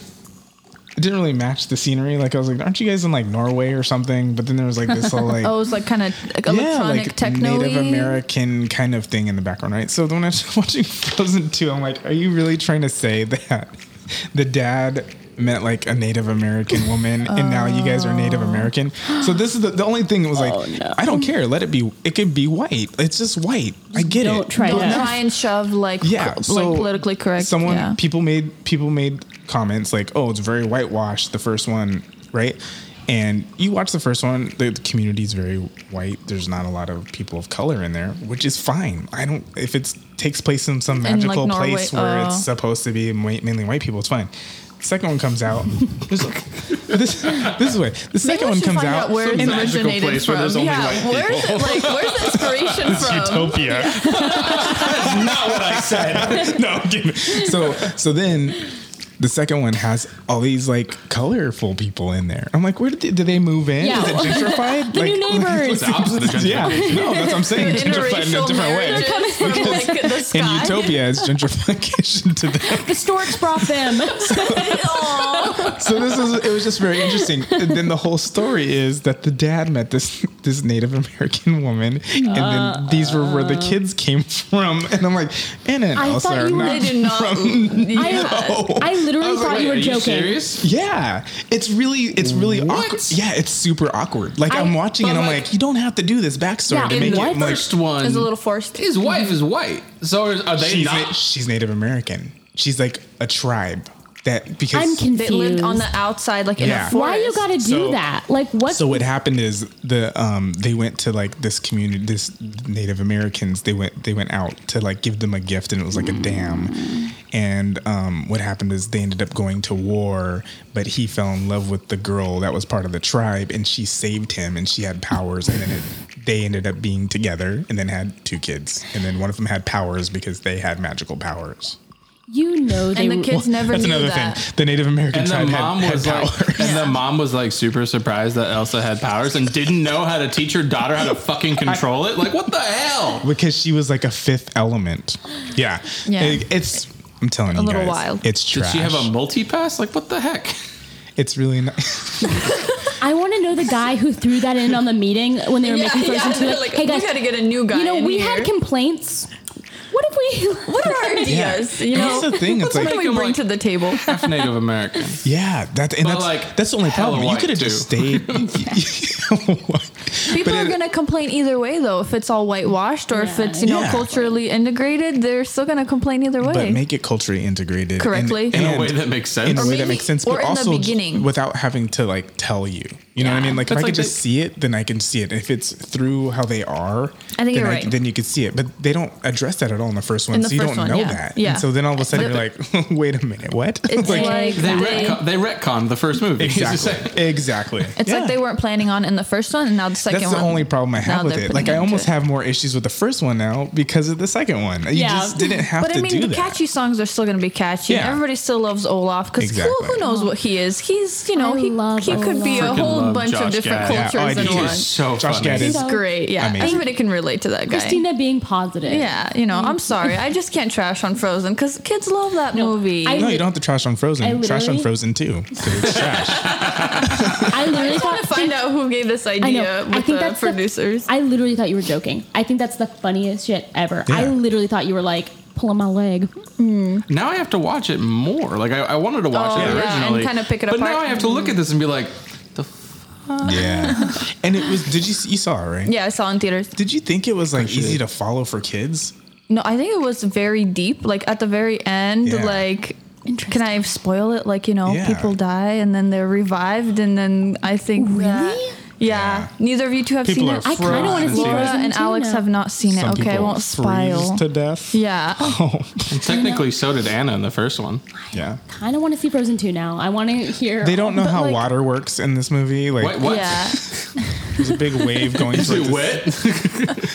Speaker 1: It didn't really match the scenery. Like I was like, aren't you guys in like Norway or something? But then there was like this whole like
Speaker 4: Oh, it's like kind of like electronic techno.
Speaker 1: Native American kind of thing in the background, right? So when I was watching Frozen 2, I'm like, are you really trying to say that the dad meant like a Native American woman and now you guys are Native American? So this is the, the only thing that was like,
Speaker 2: Oh, no.
Speaker 1: I don't care. Let it be, it could be white. It's just white. I get
Speaker 2: Don't
Speaker 1: it.
Speaker 2: try
Speaker 4: Don't
Speaker 2: that.
Speaker 4: try and shove like
Speaker 1: Yeah,
Speaker 4: co-
Speaker 1: so
Speaker 4: like politically correct.
Speaker 1: Someone
Speaker 4: yeah.
Speaker 1: people made people made comments like, "Oh, it's very whitewashed." The first one, right? And you watch the first one, the, the community is very white. There's not a lot of people of color in there, which is fine. I don't if it takes place in some
Speaker 4: like,
Speaker 1: magical
Speaker 4: Norway-
Speaker 1: place where
Speaker 4: oh.
Speaker 1: it's supposed to be ma- mainly white people. It's fine. Second one comes out. there's a- this this is the way. The second
Speaker 4: we
Speaker 1: one
Speaker 4: should
Speaker 1: comes
Speaker 4: find
Speaker 1: out.
Speaker 4: where
Speaker 1: and
Speaker 4: it's
Speaker 1: I-
Speaker 3: magical
Speaker 4: originated
Speaker 3: place
Speaker 4: from.
Speaker 3: where there's only
Speaker 4: yeah,
Speaker 3: white
Speaker 4: where's it like where's the inspiration from?
Speaker 1: utopia. That's not what I said. no, I'm kidding. So so then the second one has all these like colorful people in there. I'm like, where did they, did they move in?
Speaker 2: Yeah.
Speaker 1: Is it gentrified?
Speaker 2: The
Speaker 1: like,
Speaker 2: new neighbors.
Speaker 3: It's the opposite of gentrification.
Speaker 1: Yeah, no, that's what I'm saying. Gentrified in a
Speaker 4: Interracial
Speaker 1: different way.
Speaker 4: marriages from like the sky.
Speaker 1: In utopia, it's gentrification to them.
Speaker 2: The storks brought them.
Speaker 4: Aw.
Speaker 1: so this is it was just very interesting. And then the whole story is that the dad met this this Native American woman, and then these were where the kids came from. And I'm like, Anna and
Speaker 2: I
Speaker 1: Elsa
Speaker 2: thought
Speaker 1: are
Speaker 2: you were-
Speaker 1: not
Speaker 4: they did not.
Speaker 1: from.
Speaker 4: yeah.
Speaker 2: I, I literally
Speaker 3: was like,
Speaker 2: thought you were
Speaker 3: wait, are
Speaker 2: joking.
Speaker 3: serious?
Speaker 1: Yeah, it's really it's really awkward. Yeah, it's super awkward. Like I,
Speaker 2: I-
Speaker 1: am watching
Speaker 3: but
Speaker 1: and I'm
Speaker 3: like-
Speaker 1: like, you don't have to do this backstory
Speaker 2: Yeah,
Speaker 1: to
Speaker 2: in
Speaker 1: make it
Speaker 2: what?
Speaker 1: I'm like
Speaker 3: First one.
Speaker 4: It's a little forced.
Speaker 3: His wife is white. So are, are they
Speaker 1: she's
Speaker 3: not?
Speaker 1: na- she's Native American. She's like a tribe that because
Speaker 2: I'm confused.
Speaker 4: They lived on the outside, like in
Speaker 1: Yeah.
Speaker 4: a forest.
Speaker 2: Why you gotta do
Speaker 1: So-
Speaker 2: that? Like what?
Speaker 1: So what happened is the um they went to like this community this Native Americans they went they went out to like give them a gift and it was like a dam. And um, what happened is they ended up going to war, but he fell in love with the girl that was part of the tribe, and she saved him, and she had powers, and then it, they ended up being together, and then had two kids, and then one of them had powers because they had magical powers.
Speaker 2: you know they
Speaker 4: And the
Speaker 2: were-
Speaker 4: kids never
Speaker 1: That's
Speaker 4: knew
Speaker 1: another
Speaker 4: that.
Speaker 1: thing. The Native American
Speaker 3: And the
Speaker 1: tribe
Speaker 3: mom
Speaker 1: had,
Speaker 3: was
Speaker 1: had
Speaker 3: like,
Speaker 1: powers.
Speaker 3: and the mom was like super surprised that Elsa had powers and didn't know how to teach her daughter how to fucking control it. Like, what the hell?
Speaker 1: because she was like a fifth element. Yeah,
Speaker 4: Yeah.
Speaker 1: It- it's I'm telling you
Speaker 4: little
Speaker 1: guys,
Speaker 4: wild.
Speaker 1: It's
Speaker 3: Did
Speaker 1: trash.
Speaker 3: she have a multi pass? Like, what the heck?
Speaker 1: It's really not.
Speaker 2: I want to know the guy who threw that in on the meeting when they were
Speaker 4: Yeah,
Speaker 2: making
Speaker 4: yeah,
Speaker 2: Frozen Two.
Speaker 4: they're
Speaker 2: Like,
Speaker 4: like,
Speaker 2: hey
Speaker 4: we
Speaker 2: guys,
Speaker 4: gotta get a new guy
Speaker 2: You know,
Speaker 4: in
Speaker 2: we
Speaker 4: here."
Speaker 2: had complaints. What if we?
Speaker 4: What are our ideas? You know,
Speaker 1: That's the thing. It's
Speaker 4: What's what
Speaker 1: like-
Speaker 4: can we
Speaker 3: Make 'em
Speaker 4: bring
Speaker 3: like-
Speaker 4: to the table?
Speaker 3: Half Native American.
Speaker 1: Yeah, that and
Speaker 3: But,
Speaker 1: that's
Speaker 3: like,
Speaker 1: that's the only
Speaker 3: hella
Speaker 1: problem. You
Speaker 3: white,
Speaker 1: could have
Speaker 3: too.
Speaker 1: just stayed.
Speaker 4: People
Speaker 1: But
Speaker 4: are
Speaker 1: it-
Speaker 4: gonna complain either way, though. If it's all whitewashed or if
Speaker 2: Yeah.
Speaker 4: it's you know
Speaker 1: Yeah.
Speaker 4: culturally integrated, they're still gonna complain either way.
Speaker 1: but make it culturally integrated and-
Speaker 4: Correctly.
Speaker 1: and,
Speaker 3: In a way that makes sense.
Speaker 1: in a
Speaker 4: Or
Speaker 1: way that
Speaker 4: maybe-
Speaker 1: makes sense,
Speaker 4: or
Speaker 1: but
Speaker 4: in the
Speaker 1: also
Speaker 4: beginning.
Speaker 1: without having to like tell you. You know what I
Speaker 4: Yeah.
Speaker 1: mean? Like if
Speaker 3: That's
Speaker 1: I
Speaker 3: like
Speaker 1: could just
Speaker 3: the-
Speaker 1: see it, then I can see it. If it's through how they are,
Speaker 4: I think
Speaker 1: then,
Speaker 4: you're right.
Speaker 1: then you can see it. But they don't address that at all in the first one,
Speaker 4: In the
Speaker 1: so you
Speaker 4: first
Speaker 1: don't
Speaker 4: one,
Speaker 1: know
Speaker 4: yeah.
Speaker 1: that.
Speaker 4: Yeah.
Speaker 1: And so then all of a sudden
Speaker 4: But-
Speaker 1: you're like, wait a minute, what?
Speaker 4: it's like,
Speaker 3: They,
Speaker 4: they,
Speaker 3: retcon, they retconned the first movie. It's just
Speaker 1: Exactly.
Speaker 3: like-
Speaker 1: exactly.
Speaker 4: it's like they weren't planning on it in the first one, and now the second
Speaker 1: That's the
Speaker 4: one.
Speaker 1: only problem I have
Speaker 4: Now
Speaker 1: with
Speaker 4: they're
Speaker 1: it. Like
Speaker 4: putting
Speaker 1: I
Speaker 4: into
Speaker 1: almost
Speaker 4: it.
Speaker 1: have more issues with the first one now because of the second one. You
Speaker 2: Yeah.
Speaker 1: just didn't have
Speaker 4: But
Speaker 1: to
Speaker 4: I mean,
Speaker 1: do
Speaker 4: the
Speaker 1: that.
Speaker 4: catchy songs are still going to be catchy.
Speaker 1: Yeah.
Speaker 4: Everybody still loves Olaf because
Speaker 1: Exactly.
Speaker 4: who, who knows what he is? He's you know
Speaker 2: I
Speaker 4: he
Speaker 2: love
Speaker 4: he could be a
Speaker 2: Olaf.
Speaker 4: whole
Speaker 3: love
Speaker 4: bunch of
Speaker 3: Josh
Speaker 4: different
Speaker 3: Gad. Yeah,
Speaker 1: oh,
Speaker 4: cultures
Speaker 1: I
Speaker 4: in
Speaker 1: do.
Speaker 4: one.
Speaker 3: He's so
Speaker 1: Josh
Speaker 3: funny.
Speaker 1: Gad is
Speaker 4: He's
Speaker 2: So
Speaker 4: great. Yeah,
Speaker 1: amazing.
Speaker 4: everybody can relate to that guy.
Speaker 2: Christina being positive.
Speaker 4: Yeah, you know, I'm sorry. I just can't trash on Frozen because kids love that
Speaker 2: No,
Speaker 4: movie.
Speaker 2: I-
Speaker 4: I,
Speaker 1: No, you don't have to trash on
Speaker 2: I
Speaker 1: Frozen. Trash on
Speaker 2: literally-
Speaker 1: Frozen too. 'cause it's trash.
Speaker 2: I literally
Speaker 4: just want
Speaker 2: thought
Speaker 4: to find out who gave this idea
Speaker 2: I know.
Speaker 4: with
Speaker 2: I think
Speaker 4: the
Speaker 2: that's the-
Speaker 4: producers.
Speaker 2: I literally thought you were joking. I think that's the funniest shit ever. I
Speaker 1: Yeah.
Speaker 2: literally thought you were like pulling my leg.
Speaker 3: Now I have to watch it more. Like I, I wanted to watch
Speaker 4: Oh,
Speaker 3: it
Speaker 4: yeah, and
Speaker 3: originally,
Speaker 4: kinda pick it
Speaker 3: But
Speaker 4: apart.
Speaker 3: now I have to look at this and be like, the
Speaker 1: yeah. And it was. Did you see- you saw it right?
Speaker 4: yeah, I saw in theaters.
Speaker 1: Did you think it was like easy to follow for kids?
Speaker 4: No, I think it was very deep. Like at the very end,
Speaker 1: Yeah.
Speaker 4: like can I spoil it? Like you know,
Speaker 1: Yeah.
Speaker 4: people die and then they're revived, and then I think really, yeah.
Speaker 1: Yeah.
Speaker 4: Neither of you two have
Speaker 1: People
Speaker 4: seen
Speaker 1: are
Speaker 4: it.
Speaker 2: I kind of want to see
Speaker 1: Frozen.
Speaker 4: Laura
Speaker 2: Frozen
Speaker 4: and
Speaker 2: too
Speaker 4: Alex
Speaker 2: now.
Speaker 4: have not seen it.
Speaker 1: Some
Speaker 4: Okay, I
Speaker 1: people
Speaker 4: won't spoil.
Speaker 1: freeze to death.
Speaker 4: yeah,
Speaker 1: Oh.
Speaker 3: and technically so did Anna in the first one.
Speaker 1: Yeah.
Speaker 2: kind of want to see Frozen 2 now. I want to hear.
Speaker 1: They don't know
Speaker 4: But,
Speaker 1: how
Speaker 4: like-
Speaker 1: water works in this movie. Like
Speaker 3: Wait, what?
Speaker 4: yeah.
Speaker 1: there's a big wave going.
Speaker 3: Is
Speaker 1: towards
Speaker 3: it
Speaker 1: the-
Speaker 3: wet?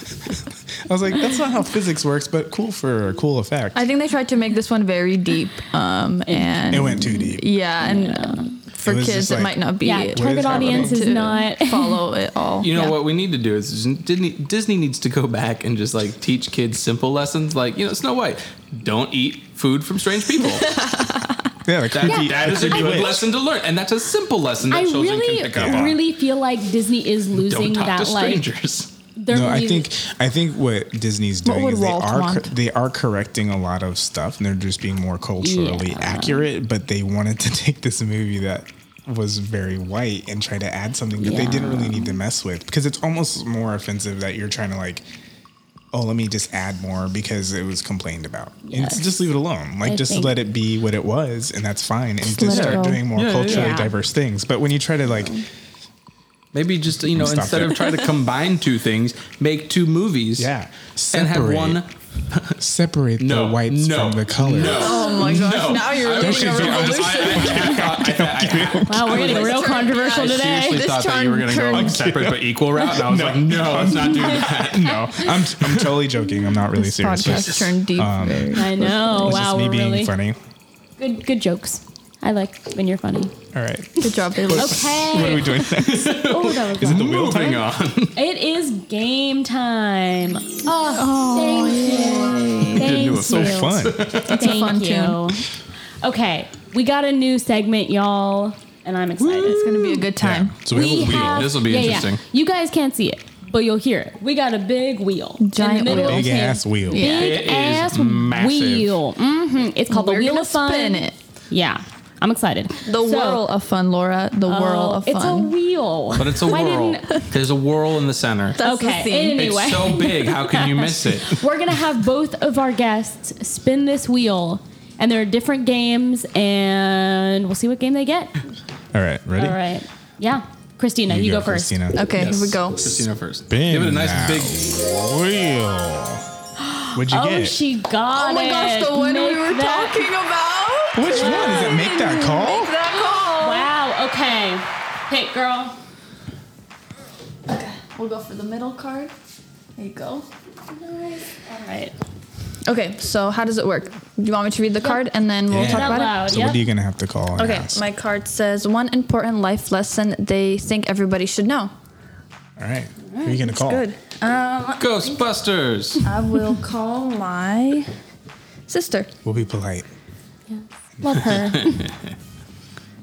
Speaker 1: I was like, that's not how physics works, but cool for a cool effect.
Speaker 4: I think they tried to make this one very deep, um, and
Speaker 1: it went too deep.
Speaker 4: yeah, and um, for
Speaker 1: It was
Speaker 4: kids
Speaker 1: just
Speaker 4: it
Speaker 1: like-
Speaker 4: might not be
Speaker 2: Yeah,
Speaker 1: What
Speaker 2: target
Speaker 1: is happening?
Speaker 2: audience is
Speaker 4: to
Speaker 2: not.
Speaker 4: follow it all.
Speaker 3: You know
Speaker 4: Yeah.
Speaker 3: what we need to do is Disney, Disney needs to go back and just like teach kids simple lessons, like you know Snow White, don't eat food from strange people.
Speaker 1: Yeah, the
Speaker 3: That,
Speaker 1: creepy.
Speaker 3: that is a
Speaker 1: creepy
Speaker 3: good
Speaker 1: witch.
Speaker 3: lesson to learn, and that's a simple lesson that
Speaker 2: I
Speaker 3: children can pick up
Speaker 2: really,
Speaker 3: on.
Speaker 2: really feel like Disney is
Speaker 3: don't
Speaker 2: losing
Speaker 3: talk
Speaker 2: that
Speaker 3: to
Speaker 2: like.
Speaker 3: strangers.
Speaker 2: They're
Speaker 1: No, I
Speaker 2: really-
Speaker 1: think I think what Disney's doing
Speaker 4: would
Speaker 1: is they
Speaker 4: Walt
Speaker 1: are
Speaker 4: want?
Speaker 1: cor- they are correcting a lot of stuff, and they're just being more culturally
Speaker 2: Yeah.
Speaker 1: accurate. But they wanted to take this movie that was very white and try to add something that they didn't really need to mess with because it's almost more offensive that you're trying to like. Oh, let me just add more because it was complained about. And
Speaker 2: Yes.
Speaker 1: to just leave it alone. Like,
Speaker 2: I
Speaker 1: just
Speaker 2: think-
Speaker 1: let it be what it was, and that's fine. And just,
Speaker 4: let it
Speaker 1: start
Speaker 4: go.
Speaker 1: doing more
Speaker 3: Yeah, yeah,
Speaker 1: culturally
Speaker 2: yeah.
Speaker 1: diverse things. But when you try to, like,
Speaker 3: Maybe just you know
Speaker 1: Stop
Speaker 3: instead
Speaker 1: it.
Speaker 3: of try to combine two things, make two movies.
Speaker 1: yeah, separate,
Speaker 3: And have one
Speaker 1: separate
Speaker 3: no
Speaker 1: the whites
Speaker 3: no,
Speaker 1: from the colors.
Speaker 3: No,
Speaker 4: Oh my gosh!
Speaker 3: no.
Speaker 4: Now you're
Speaker 1: There
Speaker 4: really
Speaker 1: should
Speaker 4: a
Speaker 1: be-
Speaker 3: "Oh,
Speaker 1: I
Speaker 4: revolution.
Speaker 1: was-
Speaker 2: Wow, we're getting real
Speaker 4: This turn-
Speaker 2: controversial
Speaker 4: yeah,
Speaker 2: today.
Speaker 3: seriously
Speaker 4: This
Speaker 3: thought that you were going to go
Speaker 4: turn-
Speaker 3: like separate but equal route, and I was like, no, let's not do that.
Speaker 1: no, I'm I'm totally joking. I'm not really
Speaker 4: This
Speaker 1: serious. um, but
Speaker 4: podcast turned deep. very-
Speaker 2: I know.
Speaker 1: it's
Speaker 2: wow,
Speaker 1: just me
Speaker 2: we're
Speaker 1: being
Speaker 2: really
Speaker 1: funny.
Speaker 2: good. Good jokes. I like when you're funny.
Speaker 1: All right.
Speaker 4: Good job, Bailey.
Speaker 1: What are
Speaker 2: Okay.
Speaker 1: we doing next?
Speaker 2: oh, that was
Speaker 1: Is it
Speaker 2: loud.
Speaker 1: the wheel
Speaker 3: Moving
Speaker 1: time?
Speaker 3: on.
Speaker 2: It is game time. Oh, thank you. Thank
Speaker 3: do
Speaker 2: you.
Speaker 3: a
Speaker 1: So fun.
Speaker 2: Thank
Speaker 4: fun
Speaker 2: you. Okay, we got a new segment, y'all, and I'm excited.
Speaker 4: It's gonna be a good time.
Speaker 1: So we, have a wheel.
Speaker 3: have- This'll be interesting.
Speaker 2: You guys can't see it, but you'll hear it. We got a big wheel. in the
Speaker 4: Giant
Speaker 2: middle
Speaker 4: wheel.
Speaker 2: of
Speaker 1: Big
Speaker 2: here.
Speaker 1: ass wheel.
Speaker 4: Yeah.
Speaker 2: Big
Speaker 3: It is
Speaker 2: ass
Speaker 3: massive.
Speaker 2: wheel. hmm It's called
Speaker 4: We're
Speaker 2: the Wheel
Speaker 4: gonna
Speaker 2: of Fun.
Speaker 4: spin it.
Speaker 2: Yeah, I'm excited. oh,
Speaker 4: The whirl of fun, Laura. The whirl of
Speaker 2: It's a
Speaker 4: fun.
Speaker 2: wheel.
Speaker 3: But it's a
Speaker 2: Why
Speaker 3: whirl.
Speaker 2: didn't-
Speaker 3: There's a whirl in the center.
Speaker 4: That's the
Speaker 2: okay.
Speaker 4: theme.
Speaker 2: Anyway,
Speaker 3: It's so big. How can you miss it?
Speaker 2: We're gonna have both of our guests spin this wheel, and there are different games, and we'll see what game they get.
Speaker 1: All right. Ready?
Speaker 2: All right. Yeah, Christina, you, go, first.
Speaker 1: Christina.
Speaker 4: okay,
Speaker 3: Yes.
Speaker 4: here we go.
Speaker 3: Christina first.
Speaker 1: Spin
Speaker 3: Give it a nice
Speaker 1: that
Speaker 3: big.
Speaker 1: wheel. What'd you
Speaker 2: Oh,
Speaker 1: get?
Speaker 2: she got it.
Speaker 4: Oh my gosh, the one we
Speaker 2: Make
Speaker 4: were
Speaker 2: that-
Speaker 4: talking about. Oh.
Speaker 1: Which one? Is it make that call?
Speaker 4: Make that call.
Speaker 2: Wow. Okay. Pick, girl.
Speaker 4: We'll go for the middle card. There you go.
Speaker 2: All right.
Speaker 4: Okay, so how does it work? Do you want me to read the card and then we'll
Speaker 1: Yeah.
Speaker 4: talk
Speaker 2: Out
Speaker 4: about it?
Speaker 2: loud.
Speaker 1: So
Speaker 2: yep.
Speaker 1: what are you gonna have to call? and
Speaker 4: Okay,
Speaker 1: ask?
Speaker 4: my card says one important life lesson they think everybody should know.
Speaker 1: All right. Who are you gonna call?
Speaker 4: Good. Um,
Speaker 3: Ghostbusters.
Speaker 4: I will call my sister.
Speaker 1: We'll be polite.
Speaker 4: Love her.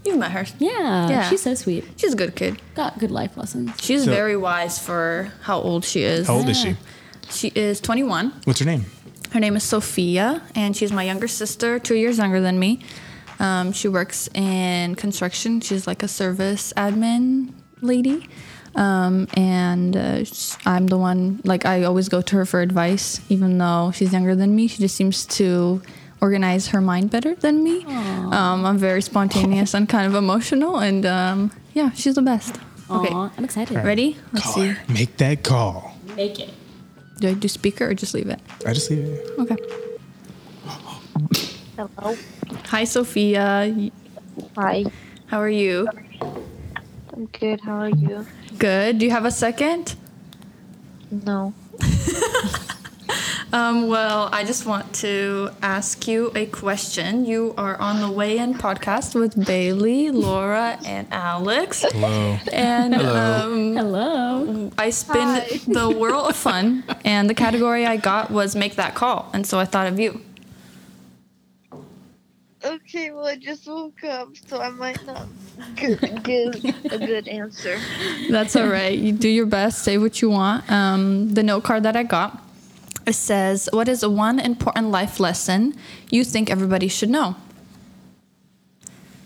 Speaker 4: You've met her.
Speaker 2: yeah,
Speaker 4: Yeah.
Speaker 2: She's so sweet.
Speaker 4: She's a good kid.
Speaker 2: Got good life lessons.
Speaker 4: She's
Speaker 1: So-
Speaker 4: very wise for how old she is.
Speaker 1: How old is she?
Speaker 4: She is 21.
Speaker 1: What's her name?
Speaker 4: Her name is Sophia, and she's my younger sister, two years younger than me. Um, she works in construction. She's like a service admin lady. Um, and uh, sh- I'm the one, like, I always go to her for advice, even though she's younger than me. She just seems to organize her mind better than me. Um, I'm very spontaneous and kind of emotional, and um, yeah, she's the best.
Speaker 2: Aw,
Speaker 4: Okay,
Speaker 2: I'm excited.
Speaker 4: ready? Let's
Speaker 1: Call
Speaker 4: see.
Speaker 1: her. Make that call.
Speaker 2: Make it.
Speaker 4: Do I do speaker or just leave it?
Speaker 1: I just leave it.
Speaker 4: Okay.
Speaker 5: Hello.
Speaker 4: Hi, Sophia.
Speaker 5: Hi.
Speaker 4: How are you?
Speaker 5: I'm good. How are you?
Speaker 4: Good. Do you have a second?
Speaker 5: No.
Speaker 4: Um, well, I just want to ask you a question. You are on the Way In podcast with Bailey, Laura, and Alex.
Speaker 1: Hello.
Speaker 4: And um,
Speaker 2: Hello.
Speaker 4: I spin
Speaker 5: Hi.
Speaker 4: the world of fun, and the category I got was make that call. And so I thought of you.
Speaker 5: Okay, well, I just woke up, so I might not g- give a good answer.
Speaker 4: That's all right. You do your best, say what you want. Um, the note card that I got it says, What is one important life lesson you think everybody should know?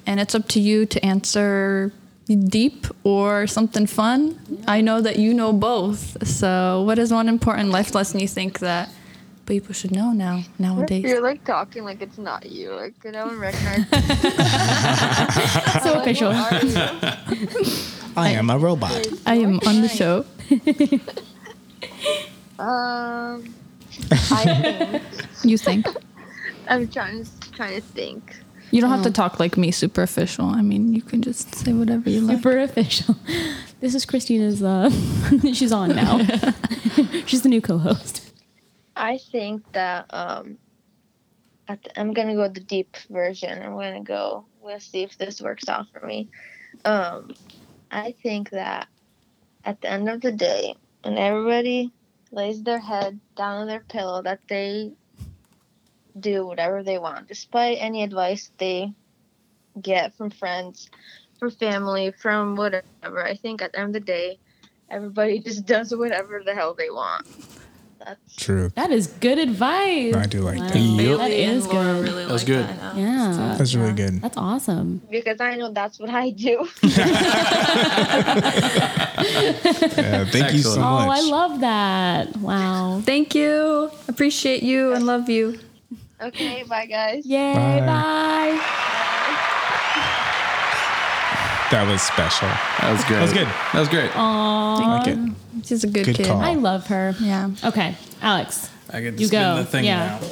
Speaker 4: And it's up to you to answer deep or something fun. I know that you know both. So, what is one important life lesson you think that people should know now, nowadays?
Speaker 5: You're like talking like it's not you. Like I don't recognize.
Speaker 2: So official.
Speaker 1: I am a robot.
Speaker 4: I am on the show.
Speaker 5: Um, I think
Speaker 4: You think?
Speaker 5: I'm trying to trying to think.
Speaker 4: You don't have to talk like me, superficial. I mean, you can just say whatever you like.
Speaker 2: Super official. This is Christina's. Uh, she's on now. she's the new co-host.
Speaker 5: I think that um, at the, I'm gonna go the deep version. I'm gonna go. We'll see if this works out for me. Um, I think that at the end of the day, when everybody lays their head down on their pillow, that they do whatever they want, despite any advice they get from friends, from family, from whatever. I think at the end of the day, everybody just does whatever the hell they want. That's
Speaker 1: True.
Speaker 2: That is good advice.
Speaker 1: I do like that.
Speaker 3: Yup.
Speaker 2: That is good.
Speaker 3: That was good.
Speaker 2: yeah.
Speaker 1: That's really good.
Speaker 2: That's awesome.
Speaker 5: because I know that's what I do.
Speaker 1: Yeah, Uh, thank you so
Speaker 3: Excellent.
Speaker 1: much.
Speaker 2: Oh, I love that. Wow.
Speaker 4: Thank you. Appreciate you and love you.
Speaker 5: okay, bye guys.
Speaker 2: Yay.
Speaker 1: Bye.
Speaker 2: bye.
Speaker 1: that was special.
Speaker 3: That was good. That
Speaker 1: was good.
Speaker 3: That was great.
Speaker 2: Oh,
Speaker 1: I like it.
Speaker 4: She's a good,
Speaker 1: Good
Speaker 4: kid.
Speaker 1: call.
Speaker 2: I love her.
Speaker 4: Yeah.
Speaker 2: Okay, Alex.
Speaker 3: I get to
Speaker 2: You
Speaker 3: spin
Speaker 2: go.
Speaker 3: the thing
Speaker 2: Yeah.
Speaker 3: now.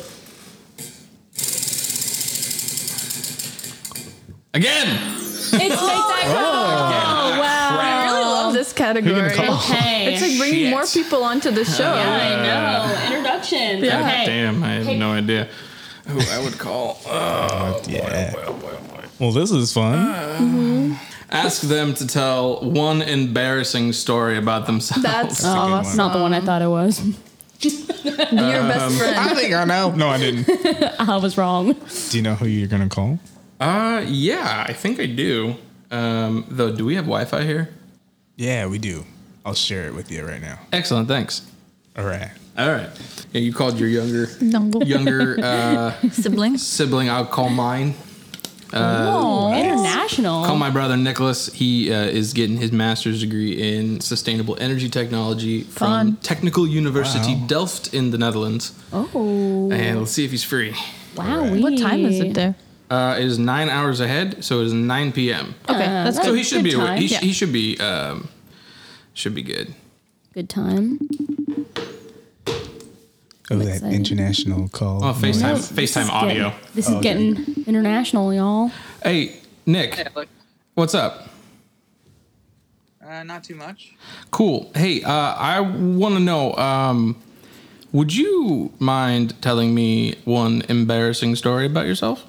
Speaker 3: Again!
Speaker 2: It's make that call. Oh, wow.
Speaker 4: I really love this category.
Speaker 2: Okay.
Speaker 4: It's like bringing
Speaker 3: Shit.
Speaker 4: more people onto the show.
Speaker 2: I know. Introduction.
Speaker 3: God
Speaker 2: Okay.
Speaker 3: damn, I have
Speaker 2: Hey.
Speaker 3: no idea who I would call. Oh, boy,
Speaker 1: yeah.
Speaker 3: boy, boy, oh, boy.
Speaker 1: Well, this is fun.
Speaker 3: Ask them to tell one embarrassing story about themselves.
Speaker 4: That's
Speaker 1: a good one.
Speaker 2: It's Oh, not the one I thought it was.
Speaker 4: your best friend.
Speaker 1: think I know. No, I didn't.
Speaker 2: I was wrong.
Speaker 1: Do you know who you're gonna call?
Speaker 3: uh, yeah, I think I do. Um, though, do we have Wi Fi here?
Speaker 1: Yeah, we do. I'll share it with you right now.
Speaker 3: Excellent, thanks.
Speaker 1: All right.
Speaker 3: All right. Yeah, you called your younger younger uh,
Speaker 4: siblings.
Speaker 3: sibling. I'll call mine.
Speaker 2: International.
Speaker 3: Call my brother Nicholas. He uh, is getting his master's degree in sustainable energy technology from
Speaker 4: Fun.
Speaker 3: Technical University
Speaker 1: Wow.
Speaker 3: Delft in the Netherlands.
Speaker 2: oh.
Speaker 3: And let's see if he's free.
Speaker 2: Wow.
Speaker 4: What time is it there?
Speaker 3: Uh, it is nine hours ahead, so it is nine p.m.
Speaker 4: Okay, that's
Speaker 3: so
Speaker 4: good.
Speaker 3: he should be
Speaker 2: good time.
Speaker 3: he, sh-
Speaker 4: Yeah.
Speaker 3: he should be um, should be good.
Speaker 2: Good time.
Speaker 1: Oh, that
Speaker 2: excited.
Speaker 1: international call.
Speaker 3: Oh, FaceTime
Speaker 2: This is
Speaker 3: FaceTime
Speaker 2: getting-
Speaker 3: audio.
Speaker 2: This is getting international, y'all.
Speaker 3: Hey Nick, what's up?
Speaker 6: Uh, not too much.
Speaker 3: Cool. Hey, uh, I want to know. Um, would you mind telling me one embarrassing story about yourself?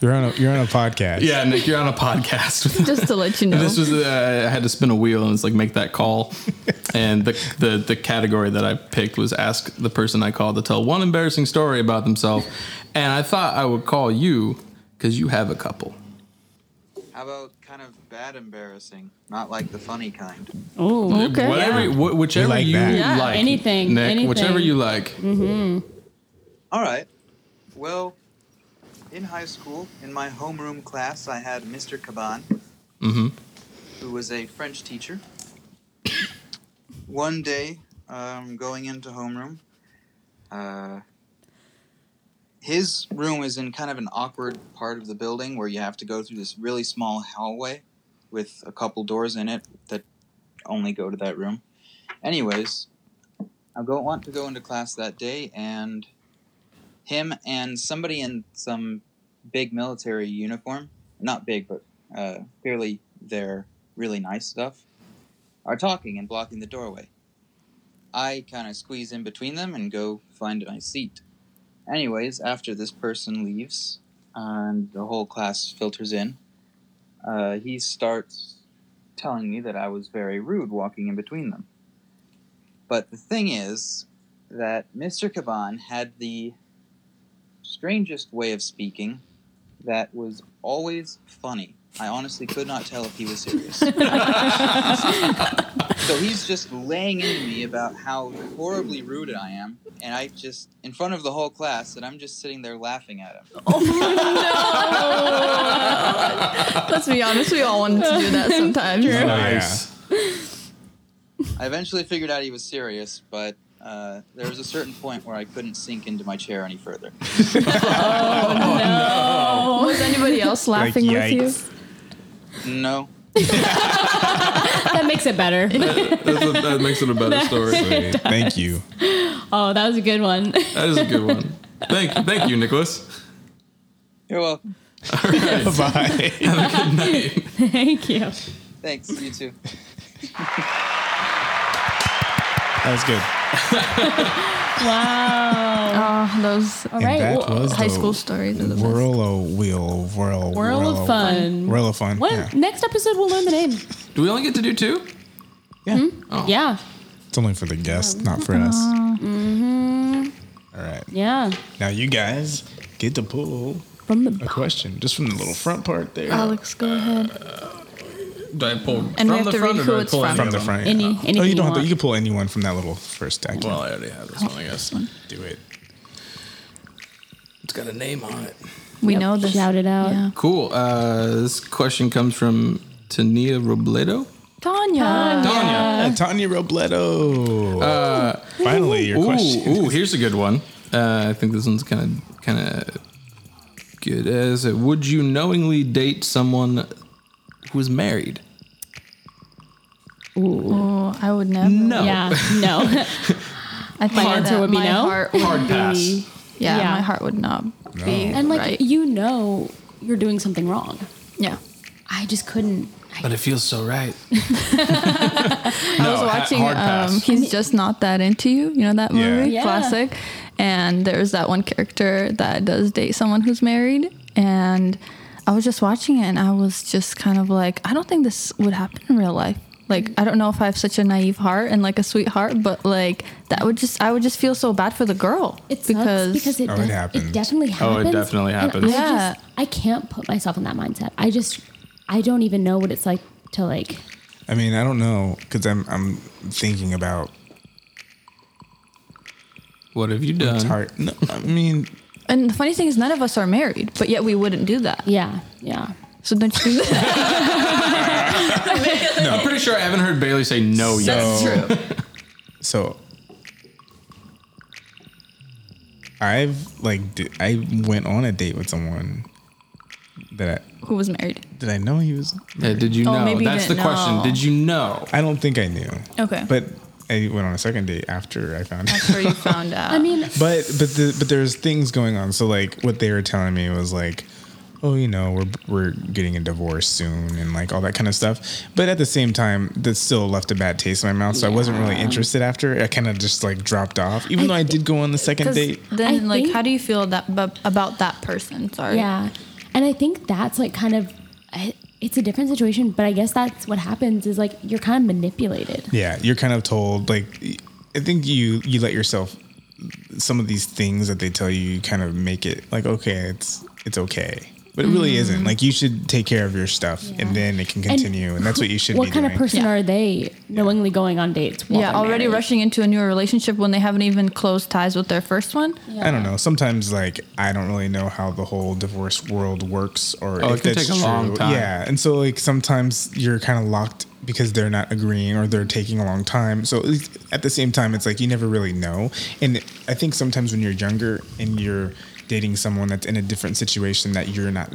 Speaker 1: You're on a you're on a podcast.
Speaker 3: Yeah, Nick, you're on a podcast.
Speaker 4: Just to let you know.
Speaker 3: this was uh, I had to spin a wheel and it's like make that call, and the, the the category that I picked was ask the person I called to tell one embarrassing story about themselves, and I thought I would call you because you have a couple.
Speaker 6: How about kind of bad embarrassing? Not like the funny kind.
Speaker 2: Oh.
Speaker 4: okay.
Speaker 3: Whatever, wh- whichever
Speaker 1: We like
Speaker 3: you
Speaker 1: that.
Speaker 2: Yeah,
Speaker 3: like,
Speaker 2: anything,
Speaker 3: Nick,
Speaker 2: anything.
Speaker 3: whichever you like.
Speaker 4: Mm-hmm.
Speaker 6: All right. Well, in high school, in my homeroom class, I had Mr. Caban,
Speaker 3: Mm-hmm.
Speaker 6: who was a French teacher. One day, um, going into homeroom, uh, his room is in kind of an awkward part of the building where you have to go through this really small hallway with a couple doors in it that only go to that room. Anyways, I go want to go into class that day and him and somebody in some big military uniform, not big, but uh, clearly their really nice stuff, are talking and blocking the doorway. I kind of squeeze in between them and go find my seat. Anyways, after this person leaves and the whole class filters in, uh, he starts telling me that I was very rude walking in between them. But the thing is that Mr. Caban had the strangest way of speaking that was always funny. I honestly could not tell if he was serious. so he's just laying into me about how horribly rude I am, and I just, in front of the whole class, and I'm just sitting there laughing at him.
Speaker 4: Let's be honest, we all wanted to do that sometimes.
Speaker 1: Oh,
Speaker 3: Nice.
Speaker 6: I eventually figured out he was serious, but uh, there was a certain point where I couldn't sink into my chair any further.
Speaker 2: Oh,
Speaker 4: Was anybody else laughing with
Speaker 1: yikes.
Speaker 4: you?
Speaker 6: No.
Speaker 2: that makes it better.
Speaker 3: That's a- that makes it a better story.
Speaker 1: yeah. Thank you.
Speaker 2: Oh, that was a good one.
Speaker 3: That is a good one. Thank, thank you, Nicholas.
Speaker 6: You're welcome.
Speaker 1: Bye.
Speaker 2: Thank you.
Speaker 6: Thanks. You too.
Speaker 1: That was good.
Speaker 2: Wow.
Speaker 4: Oh, those
Speaker 2: All right.
Speaker 1: and that
Speaker 2: well,
Speaker 1: was
Speaker 4: high
Speaker 1: the
Speaker 4: school stories are the best.
Speaker 1: Whirl wheel, whirl,
Speaker 2: Whirl of Fun.
Speaker 1: whirl of fun.
Speaker 2: What
Speaker 1: Yeah.
Speaker 2: next episode we'll learn the name.
Speaker 3: Do we only get to do two?
Speaker 1: Yeah.
Speaker 2: Yeah.
Speaker 1: It's only for the guests, not for us. Mm-hmm. right.
Speaker 2: Yeah.
Speaker 1: Now you guys get to pull
Speaker 2: From the
Speaker 1: a question just from the little front part there.
Speaker 2: Oh,
Speaker 4: Alex, go ahead.
Speaker 3: Do I pull
Speaker 4: And
Speaker 3: from
Speaker 4: we have
Speaker 3: the
Speaker 4: to
Speaker 3: front or
Speaker 4: read who
Speaker 3: do I
Speaker 4: it's
Speaker 3: pull
Speaker 4: from.
Speaker 1: from the front.
Speaker 2: Any-
Speaker 1: yeah.
Speaker 2: anything
Speaker 1: oh, you
Speaker 2: you
Speaker 1: don't have to.
Speaker 2: want.
Speaker 1: You can pull anyone from that little first stack.
Speaker 3: Well, I already have
Speaker 4: Oh,
Speaker 3: this one, I guess.
Speaker 1: Do it.
Speaker 3: It's got a name on it.
Speaker 4: We know this.
Speaker 2: Shout it out.
Speaker 4: Yeah.
Speaker 3: Cool. Uh, this question comes from Tania Robledo.
Speaker 4: Tanya.
Speaker 3: Tanya.
Speaker 2: uh,
Speaker 1: Ah, Tanya Robledo. Finally, your
Speaker 3: uh, Ooh,
Speaker 1: question.
Speaker 3: ooh, here's a good one. Uh, I think this one's kind of kind of good. As it, would you knowingly date someone who is married?
Speaker 4: Oh, I would never.
Speaker 3: No.
Speaker 2: Yeah. No.
Speaker 4: I think
Speaker 2: answer
Speaker 4: that
Speaker 2: would be
Speaker 4: my
Speaker 2: no.
Speaker 4: Heart would
Speaker 3: Hard pass.
Speaker 4: be- Yeah,
Speaker 2: Yeah.
Speaker 4: my heart would not be.
Speaker 2: and like
Speaker 4: right.
Speaker 2: you know, you're doing something wrong.
Speaker 4: yeah.
Speaker 2: I just couldn't. I,
Speaker 3: But it feels so right.
Speaker 4: I was watching.
Speaker 3: hard
Speaker 4: Um,
Speaker 3: pass.
Speaker 4: He's just not that into you. You know that
Speaker 1: Yeah.
Speaker 4: movie,
Speaker 2: Yeah.
Speaker 4: classic. And there's that one character that does date someone who's married, and I was just watching it, and I was just kind of like, I don't think this would happen in real life. Like, I don't know if I have such a naive heart and like a sweetheart, but like that would just, I would just feel so bad for the girl.
Speaker 2: it sucks because it,
Speaker 1: Oh, it
Speaker 2: does-
Speaker 1: happens.
Speaker 2: it definitely
Speaker 3: Oh,
Speaker 2: happens.
Speaker 3: it definitely
Speaker 2: and
Speaker 3: happens.
Speaker 2: I
Speaker 4: Yeah.
Speaker 2: just I can't put myself in that mindset. I just I don't even know what it's like to like.
Speaker 1: I mean, I don't know because I'm I'm thinking about
Speaker 3: What have you done?
Speaker 1: heart. No, I mean,
Speaker 4: and the funny thing is, none of us are married, but yet we wouldn't do that.
Speaker 2: Yeah. Yeah.
Speaker 4: So don't you do that?
Speaker 3: I'm pretty sure I haven't heard Bailey say no yet.
Speaker 1: So-
Speaker 4: That's true.
Speaker 1: so I've like di- I went on a date with someone that I,
Speaker 4: Who was married?
Speaker 1: did I know he was.
Speaker 3: Yeah, Uh, did you
Speaker 4: Oh,
Speaker 3: know?
Speaker 4: maybe you
Speaker 3: That's the
Speaker 4: didn't
Speaker 3: question.
Speaker 4: know.
Speaker 3: Did you know?
Speaker 1: I don't think I knew.
Speaker 4: Okay.
Speaker 1: But I went on a second date after I found. out.
Speaker 4: That's where you found out.
Speaker 2: I mean,
Speaker 1: But but the, but there's things going on. So like what they were telling me was like, oh, you know, we're we're getting a divorce soon and like all that kind of stuff. But at the same time, that still left a bad taste in my mouth. So I wasn't really interested after. I kind of just like dropped off. Even though I did go on the second
Speaker 4: 'Cause
Speaker 1: date.
Speaker 4: Then,
Speaker 2: I
Speaker 4: like,
Speaker 2: think-
Speaker 4: how do you feel that bu- about that person? Sorry.
Speaker 2: Yeah. And I think that's like kind of, I- it's a different situation, but I guess that's what happens is like you're kind of manipulated.
Speaker 1: Yeah, you're kind of told like I think you you let yourself some of these things that they tell you, you kind of make it like okay, it's it's okay. But it really
Speaker 2: Mm.
Speaker 1: isn't. Like you should take care of your stuff and then it can continue and, that's what you should
Speaker 2: What
Speaker 1: be
Speaker 2: kind
Speaker 1: doing.
Speaker 2: of person
Speaker 4: Yeah.
Speaker 2: are they knowingly going on dates? While
Speaker 4: Yeah,
Speaker 2: they're
Speaker 4: already
Speaker 2: married?
Speaker 4: rushing into a new relationship when they haven't even closed ties with their first one.
Speaker 1: I don't know. Sometimes like I don't really know how the whole divorce world works or
Speaker 3: Oh, it
Speaker 1: if
Speaker 3: can
Speaker 1: that's
Speaker 3: take a
Speaker 1: true.
Speaker 3: long time.
Speaker 1: Yeah. And so like sometimes you're kind of locked because they're not agreeing or they're taking a long time. So it's- at the same time it's like you never really know. And I think sometimes when you're younger and you're dating someone that's in a different situation that you're not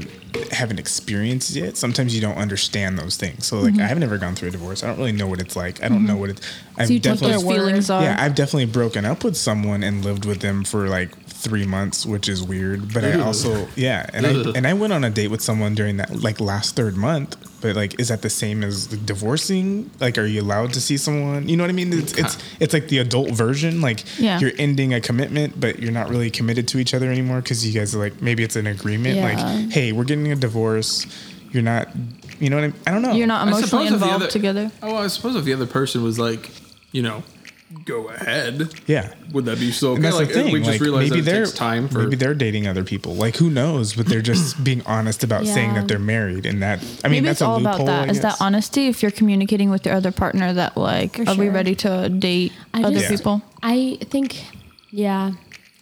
Speaker 1: haven't experienced yet, sometimes you don't understand those things. So like I've never gone through a divorce. I don't really know what it's like. I don't know what it's I've
Speaker 2: Mm-hmm. So you took their
Speaker 4: Those feelings are.
Speaker 1: yeah, I've definitely broken up with someone and lived with them for like three months, which is weird. But I also, yeah, and I,
Speaker 3: Ugh.
Speaker 1: and I went on a date with someone during that like last third month, But like, is that the same as like, divorcing? Like, are you allowed to see someone? You know what I mean? It's it's, it's like the adult version. Like,
Speaker 4: Yeah.
Speaker 1: you're ending a commitment, but you're not really committed to each other anymore because you guys are like maybe it's an agreement.
Speaker 4: Yeah.
Speaker 1: Like, hey, we're getting a divorce. You're not. You know what I? mean? I don't know.
Speaker 4: You're not
Speaker 3: I
Speaker 4: emotionally
Speaker 3: suppose if the
Speaker 4: involved
Speaker 3: other-
Speaker 4: together.
Speaker 3: Oh, I suppose if the other person was like, you know, go ahead.
Speaker 1: Yeah.
Speaker 3: Would that be so?
Speaker 1: And
Speaker 3: Okay?
Speaker 1: that's
Speaker 3: Like,
Speaker 1: the thing.
Speaker 3: we just
Speaker 1: like,
Speaker 3: realized
Speaker 1: maybe
Speaker 3: that it
Speaker 1: they're
Speaker 3: takes time for.
Speaker 1: maybe they're dating other people. Like who knows? But they're just being honest about saying
Speaker 4: Yeah.
Speaker 1: that they're married, and that I mean
Speaker 4: Maybe
Speaker 1: that's
Speaker 4: it's
Speaker 1: a
Speaker 4: all
Speaker 1: loophole.
Speaker 4: about that.
Speaker 1: I
Speaker 4: Is that
Speaker 1: guess.
Speaker 4: honesty? If you're communicating with your other partner, that like,
Speaker 2: For
Speaker 4: are we
Speaker 2: sure.
Speaker 4: ready to date
Speaker 2: I
Speaker 4: other
Speaker 2: just-
Speaker 4: people?
Speaker 2: I think, yeah.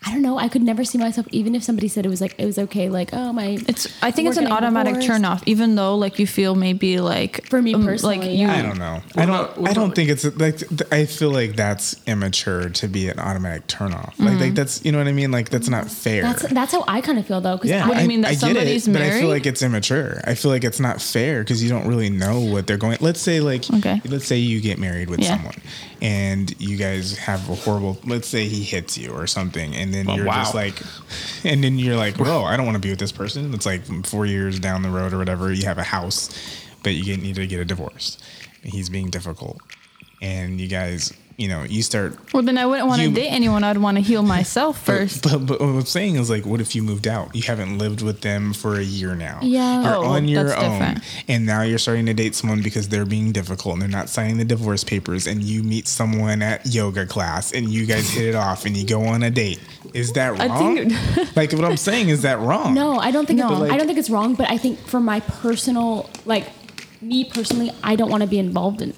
Speaker 2: I don't know. I could never see myself, even if somebody said it was like it was okay. Like, oh my,
Speaker 4: It's. I think
Speaker 2: we're
Speaker 4: it's an
Speaker 2: getting
Speaker 4: automatic
Speaker 2: divorced.
Speaker 4: turn off, even though like you feel maybe like
Speaker 2: For me
Speaker 4: um,
Speaker 2: personally,
Speaker 4: like
Speaker 2: yeah.
Speaker 1: I don't know.
Speaker 3: What
Speaker 1: I don't.
Speaker 3: about- what
Speaker 1: I don't
Speaker 3: about-
Speaker 1: think it's like. th- I feel like that's immature to be an automatic turnoff.
Speaker 4: Mm-hmm.
Speaker 1: Like, like that's you know what I mean. Like that's not fair.
Speaker 2: that's that's how I kind of feel though. Because
Speaker 1: yeah,
Speaker 2: I,
Speaker 4: What do you mean, that
Speaker 1: get
Speaker 4: somebody's
Speaker 1: it, But I
Speaker 4: married?
Speaker 1: feel like it's immature. I feel like it's not fair because you don't really know what they're going. Let's say like,
Speaker 4: Okay.
Speaker 1: let's say you get married with
Speaker 4: Yeah.
Speaker 1: someone, and you guys have a horrible. Let's say he hits you or something, and then
Speaker 3: Well,
Speaker 1: you're
Speaker 3: wow.
Speaker 1: just like, and then you're like, bro, I don't want to be with this person. It's like four years down the road or whatever. You have a house, but you get, need to get a divorce. And he's being difficult, and you guys, you know, you start
Speaker 4: Well, then I wouldn't want to
Speaker 1: You-
Speaker 4: date anyone. I'd want to heal myself
Speaker 1: but-
Speaker 4: first.
Speaker 1: But, but, what I'm saying is, like, what if you moved out? You haven't lived with them for a year now.
Speaker 2: Yeah.
Speaker 1: You're
Speaker 4: Oh,
Speaker 1: on your
Speaker 4: that's
Speaker 1: own.
Speaker 4: different.
Speaker 1: And now you're starting to date someone because they're being difficult and they're not signing the divorce papers. And you meet someone at yoga class and you guys hit it off and you go on a date. Is that wrong? like, what I'm saying is that wrong?
Speaker 2: No, I don't think
Speaker 4: No.
Speaker 2: it-
Speaker 4: But, like-
Speaker 2: I don't think it's wrong, but I think for my personal like me personally, I don't want to be involved in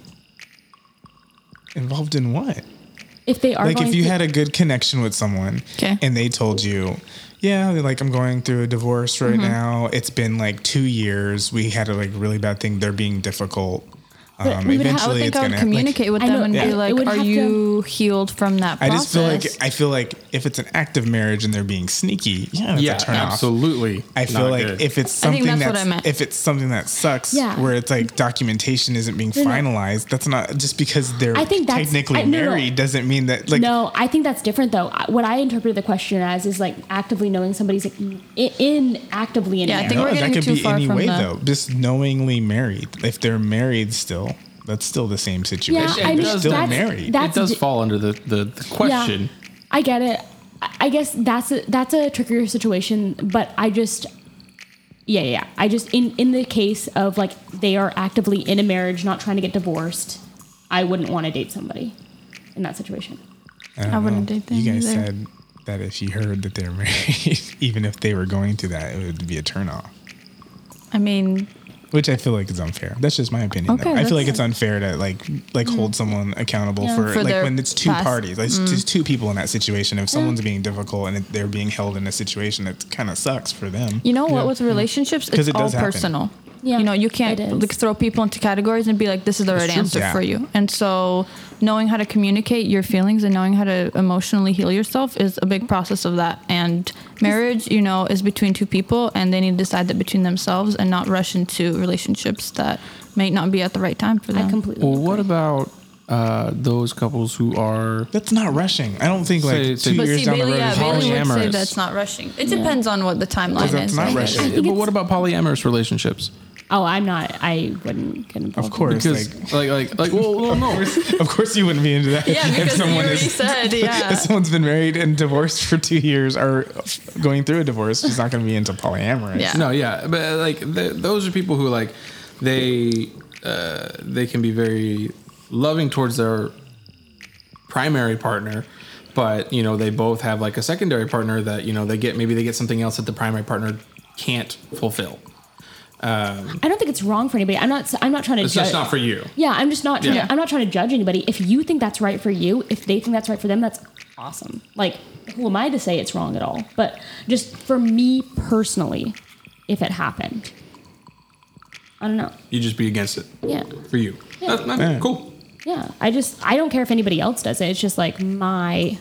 Speaker 1: Involved in what?
Speaker 2: if they are
Speaker 1: like
Speaker 2: going
Speaker 1: if you
Speaker 2: to,
Speaker 1: had a good connection with someone
Speaker 4: 'Kay.
Speaker 1: and they told you yeah like i'm going through a divorce
Speaker 2: Mm-hmm.
Speaker 1: right now it's been like two years we had a like really bad thing they're being difficult Um,
Speaker 2: But we would have- I would
Speaker 4: I would think I would
Speaker 1: hap- like,
Speaker 4: communicate with
Speaker 2: I
Speaker 4: them
Speaker 2: know,
Speaker 4: and
Speaker 2: yeah.
Speaker 4: be
Speaker 2: it
Speaker 4: like,
Speaker 2: would
Speaker 4: "Are
Speaker 2: have to-
Speaker 4: you healed from that
Speaker 1: i
Speaker 4: process?"
Speaker 1: just feel like i feel like if it's an active marriage and they're being sneaky yeah that's
Speaker 3: yeah,
Speaker 1: a turn off
Speaker 3: absolutely.
Speaker 1: I feel
Speaker 3: Not
Speaker 1: like
Speaker 3: good.
Speaker 1: if it's
Speaker 4: I
Speaker 1: something
Speaker 4: think
Speaker 1: that's,
Speaker 4: that's what I meant.
Speaker 1: if it's something that sucks,
Speaker 2: Yeah.
Speaker 1: where it's like documentation isn't being
Speaker 2: No, no.
Speaker 1: finalized, that's not just because they're
Speaker 2: I think that's-
Speaker 1: technically
Speaker 2: I- no, no.
Speaker 1: married doesn't mean that like
Speaker 2: no, I think that's different though. I- What I interpreted the question as is like actively knowing somebody's like in, in actively in
Speaker 4: Yeah, I
Speaker 2: there.
Speaker 4: think we're
Speaker 1: that
Speaker 4: getting
Speaker 1: could
Speaker 4: too
Speaker 1: be
Speaker 4: far
Speaker 1: any
Speaker 4: from
Speaker 1: way
Speaker 4: the-
Speaker 1: though. Just knowingly married. If they're married still, that's still the same situation.
Speaker 2: Yeah,
Speaker 1: they're
Speaker 2: I mean,
Speaker 1: still
Speaker 2: that's-
Speaker 1: married.
Speaker 2: that-
Speaker 3: it does
Speaker 2: di-
Speaker 3: fall under the, the, the question.
Speaker 2: Yeah, I get it. I- I guess that's a, that's a trickier situation, but I just yeah, yeah. yeah. I just in in the case of like they are actively in a marriage, not trying to get divorced, I wouldn't want to date somebody in that situation.
Speaker 1: don't
Speaker 4: I wouldn't date them
Speaker 1: You guys
Speaker 4: either.
Speaker 1: said that if you heard that they're married, even if they were going through that, it would be a turnoff.
Speaker 4: I mean,
Speaker 1: Which I feel like is unfair. That's just my opinion.
Speaker 4: Okay,
Speaker 1: though. I
Speaker 4: that's- Mm.
Speaker 1: feel like it's unfair to like like hold someone accountable
Speaker 2: Yeah.
Speaker 1: for,
Speaker 4: For
Speaker 1: like
Speaker 4: their
Speaker 1: when it's two
Speaker 4: past- Mm.
Speaker 1: parties, like it's just two people in that situation. If someone's being difficult and they're being held in a situation that kind of sucks for them.
Speaker 4: you know what? With relationships,
Speaker 1: Mm. 'Cause
Speaker 4: it's
Speaker 1: it
Speaker 4: all
Speaker 1: does happen.
Speaker 4: personal.
Speaker 2: Yeah,
Speaker 4: you know, you
Speaker 2: it
Speaker 4: can't
Speaker 2: is.
Speaker 4: like throw people into categories and be like, "This is the right
Speaker 1: true.
Speaker 4: answer
Speaker 1: Yeah.
Speaker 4: for you." And so, knowing how to communicate your feelings and knowing how to emotionally heal yourself is a big process of that. And marriage, you know, is between two people, and they need to decide that between themselves and not rush into relationships that may not be at the right time for them.
Speaker 2: I completely.
Speaker 3: Well, what about uh, those couples who are
Speaker 1: That's not rushing. I don't think like
Speaker 3: Say-
Speaker 1: two
Speaker 3: say- But
Speaker 1: years down the road. is
Speaker 3: Bailey
Speaker 1: rushing.
Speaker 3: would say polyamorous.
Speaker 4: that's not rushing. It depends on what the timeline
Speaker 1: that's
Speaker 4: is.
Speaker 1: not
Speaker 4: I guess.
Speaker 1: rushing.
Speaker 2: think
Speaker 3: but
Speaker 2: it's-
Speaker 3: what about polyamorous relationships?
Speaker 2: oh, I'm not. I wouldn't get involved.
Speaker 1: Of course,
Speaker 3: Because
Speaker 1: like,
Speaker 3: like like like well, well no.
Speaker 1: of course you wouldn't be into that.
Speaker 4: Yeah, because you already
Speaker 1: is-
Speaker 4: said, yeah.
Speaker 1: if someone's been married and divorced for two years or going through a divorce, she's not going to be into polyamorous.
Speaker 4: Yeah.
Speaker 3: No, yeah, but uh, like th- those are people who like they uh, they can be very loving towards their primary partner, but you know they both have like a secondary partner that you know they get maybe they get something else that the primary partner can't fulfill.
Speaker 2: I don't think it's wrong for anybody. I'm not. I'm not trying to
Speaker 3: It's
Speaker 2: judge.
Speaker 3: just not for you.
Speaker 2: yeah, I'm just not. Trying
Speaker 3: Yeah.
Speaker 2: to, I'm not trying to judge anybody. If you think that's right for you, if they think that's right for them, that's awesome. Like, who am I to say it's wrong at all? But just for me personally, if it happened, I don't know.
Speaker 3: You just be against it
Speaker 2: Yeah,
Speaker 3: for you.
Speaker 2: Yeah.
Speaker 3: That's not
Speaker 1: Yeah.
Speaker 3: cool.
Speaker 2: yeah. I just. I don't care if anybody else does it. It's just like my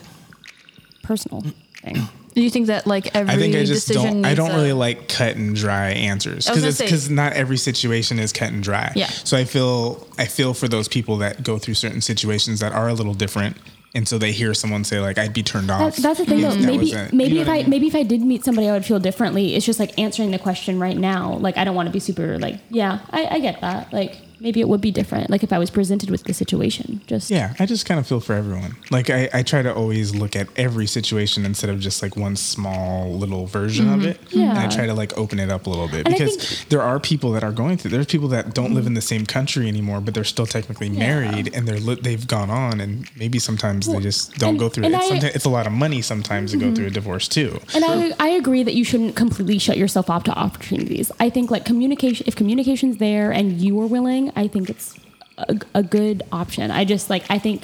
Speaker 2: personal thing.
Speaker 4: Do you think that like every
Speaker 1: I think I just
Speaker 4: decision
Speaker 1: don't.
Speaker 4: needs
Speaker 1: I don't
Speaker 4: a-
Speaker 1: really like cut and dry answers
Speaker 4: I was
Speaker 1: because it's
Speaker 4: gonna say-
Speaker 1: because not every situation is cut and dry.
Speaker 4: Yeah.
Speaker 1: So I feel I feel for those people that go through certain situations that are a little different and so they hear someone say like I'd be turned
Speaker 2: That,
Speaker 1: off.
Speaker 2: that's the thing,
Speaker 1: if
Speaker 2: though.
Speaker 1: that
Speaker 2: Maybe,
Speaker 1: was it. You
Speaker 2: maybe
Speaker 1: know
Speaker 2: if
Speaker 1: what
Speaker 2: I,
Speaker 1: mean?
Speaker 2: maybe if I did meet somebody, I would feel differently. It's just like answering the question right now. Like, I don't want to be super. Like, yeah, I, I get that. Like, maybe it would be different. Like, if I was presented with the situation, just
Speaker 1: Yeah, I just kind of feel for everyone. Like I, I try to always look at every situation instead of just like one small little version of it. And I
Speaker 2: Mm-hmm. Yeah.
Speaker 1: try to like open it up a little bit
Speaker 2: And I
Speaker 1: because
Speaker 2: think- Mm-hmm.
Speaker 1: there are people that are going through. There's people that don't live in the same country anymore, but they're still technically married and they're li- they've gone on and maybe sometimes they
Speaker 2: Well,
Speaker 1: just don't
Speaker 2: and-
Speaker 1: go through it.
Speaker 2: and
Speaker 1: It's,
Speaker 2: I- Mm-hmm.
Speaker 1: someti- it's a lot of money sometimes to go through a divorce too.
Speaker 2: And I, I agree that you shouldn't completely shut yourself off to opportunities. I think like communication, if communication's there and you are willing, I think it's a, a good option. I just like I think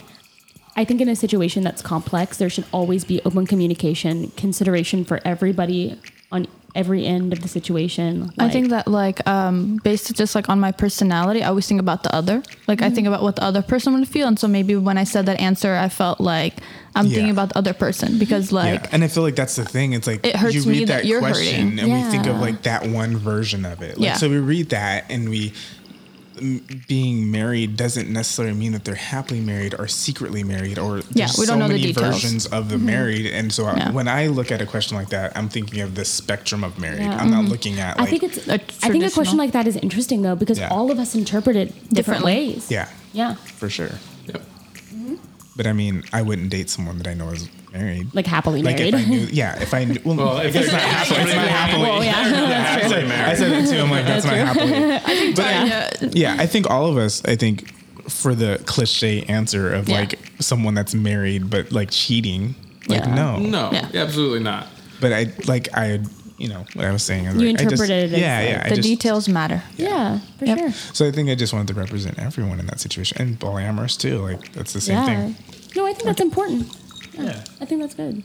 Speaker 2: I think in a situation that's complex, there should always be open communication, consideration for everybody on every end of the situation.
Speaker 4: I
Speaker 2: Like,
Speaker 4: think that like um based just like on my personality, I always think about the other. Like I think about what the other person would feel, and so maybe when I said that answer, I felt like I'm
Speaker 1: Yeah.
Speaker 4: thinking about the other person because like
Speaker 1: yeah. And I feel like that's the thing. It's like
Speaker 4: It hurts
Speaker 1: you read
Speaker 4: me that
Speaker 1: that
Speaker 4: you're
Speaker 1: question
Speaker 4: hurting.
Speaker 1: and we think of
Speaker 2: Yeah.
Speaker 1: like that one version of it. Like
Speaker 4: Yeah.
Speaker 1: so we read that and we m- being married doesn't necessarily mean that they're happily married or secretly married or
Speaker 4: Yeah,
Speaker 1: there's
Speaker 4: we don't
Speaker 1: so
Speaker 4: know the
Speaker 1: many
Speaker 4: details. Mm-hmm.
Speaker 1: versions of the married and so I,
Speaker 4: Yeah.
Speaker 1: when I look at a question like that I'm thinking of the spectrum of married.
Speaker 2: Yeah.
Speaker 1: I'm not
Speaker 4: Mm-hmm.
Speaker 1: looking at like
Speaker 2: I think it's
Speaker 4: a
Speaker 2: I think a question
Speaker 4: traditional-
Speaker 2: like that is interesting though because
Speaker 1: Yeah.
Speaker 2: all of us interpret it different
Speaker 4: Differently.
Speaker 2: ways.
Speaker 1: yeah,
Speaker 2: Yeah.
Speaker 1: for sure.
Speaker 3: Yep.
Speaker 1: But I mean, I wouldn't date someone that I know is married.
Speaker 2: Like happily
Speaker 1: Like
Speaker 2: married.
Speaker 1: if I knew, yeah, if I knew, well,
Speaker 3: Well, if
Speaker 1: it's
Speaker 3: they're
Speaker 1: not happily, it's not happily.
Speaker 2: Well, yeah.
Speaker 1: Yeah, I said- I said that too. I'm like, that's, not happily. Yeah, I think all of us, I think for the cliche answer of
Speaker 4: Yeah.
Speaker 1: like someone that's married but like cheating, like
Speaker 2: Yeah.
Speaker 1: no.
Speaker 3: No,
Speaker 4: Yeah.
Speaker 3: absolutely not.
Speaker 1: But I like I you know what I was saying. I was
Speaker 2: You
Speaker 1: like, I just-
Speaker 2: interpreted it as,
Speaker 1: yeah,
Speaker 2: like,
Speaker 1: yeah. I
Speaker 4: the
Speaker 1: just-
Speaker 4: details matter.
Speaker 2: yeah, for
Speaker 4: Yep.
Speaker 2: sure.
Speaker 1: So I think I just wanted to represent everyone in that situation. And polyamorous too. Like that's the same thing.
Speaker 2: No, I think that's important. Yeah,
Speaker 1: Yeah.
Speaker 2: I think that's good.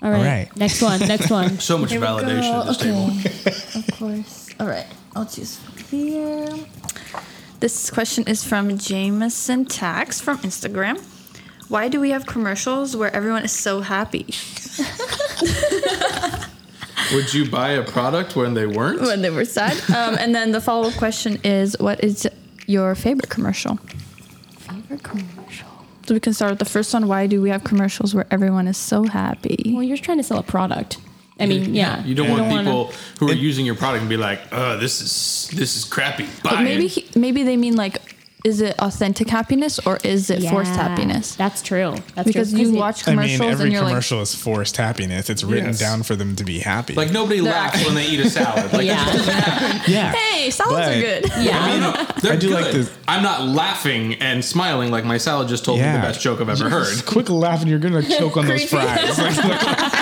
Speaker 2: All right.
Speaker 1: All right.
Speaker 2: Next one. Next one.
Speaker 3: So much validation at this table.
Speaker 4: of course. All right, I'll choose here. This question is from Jameson Tax from Instagram. Why do we have commercials where everyone is so happy
Speaker 3: Would you buy a product when they weren't?
Speaker 4: when they were sad? Um, and then the follow up question is, what is your favorite commercial?
Speaker 2: Favorite commercial.
Speaker 4: So we can start with the first one. Why do we have commercials where everyone is so happy?
Speaker 2: Well, you're just trying to sell a product. I mean, yeah.
Speaker 3: You don't want
Speaker 2: wanna-
Speaker 3: people who are using your product and be like, "Oh, this is this is crappy." Buy
Speaker 4: But maybe
Speaker 3: it.
Speaker 4: he, maybe they mean like, is it authentic happiness or is it forced
Speaker 2: Yeah,
Speaker 4: happiness?
Speaker 2: That's true. That's
Speaker 4: Because
Speaker 2: true.
Speaker 4: you
Speaker 2: 'Cause it-
Speaker 4: watch
Speaker 1: I mean,
Speaker 4: commercials
Speaker 1: every
Speaker 4: and you're
Speaker 1: commercial is forced happiness. It's written
Speaker 3: Yes.
Speaker 1: down for them to be happy.
Speaker 3: like nobody laughs when they eat a salad. Like,
Speaker 2: Yeah.
Speaker 1: yeah.
Speaker 4: like, hey, salads
Speaker 1: But-
Speaker 4: are good.
Speaker 2: yeah.
Speaker 3: no, they're
Speaker 1: I do
Speaker 3: good.
Speaker 1: like this-
Speaker 3: I'm not laughing and smiling like my salad just told me
Speaker 1: Yeah.
Speaker 3: the best joke I've ever heard.
Speaker 1: Quick laugh and you're gonna choke on those
Speaker 2: Creepy.
Speaker 1: fries. Like,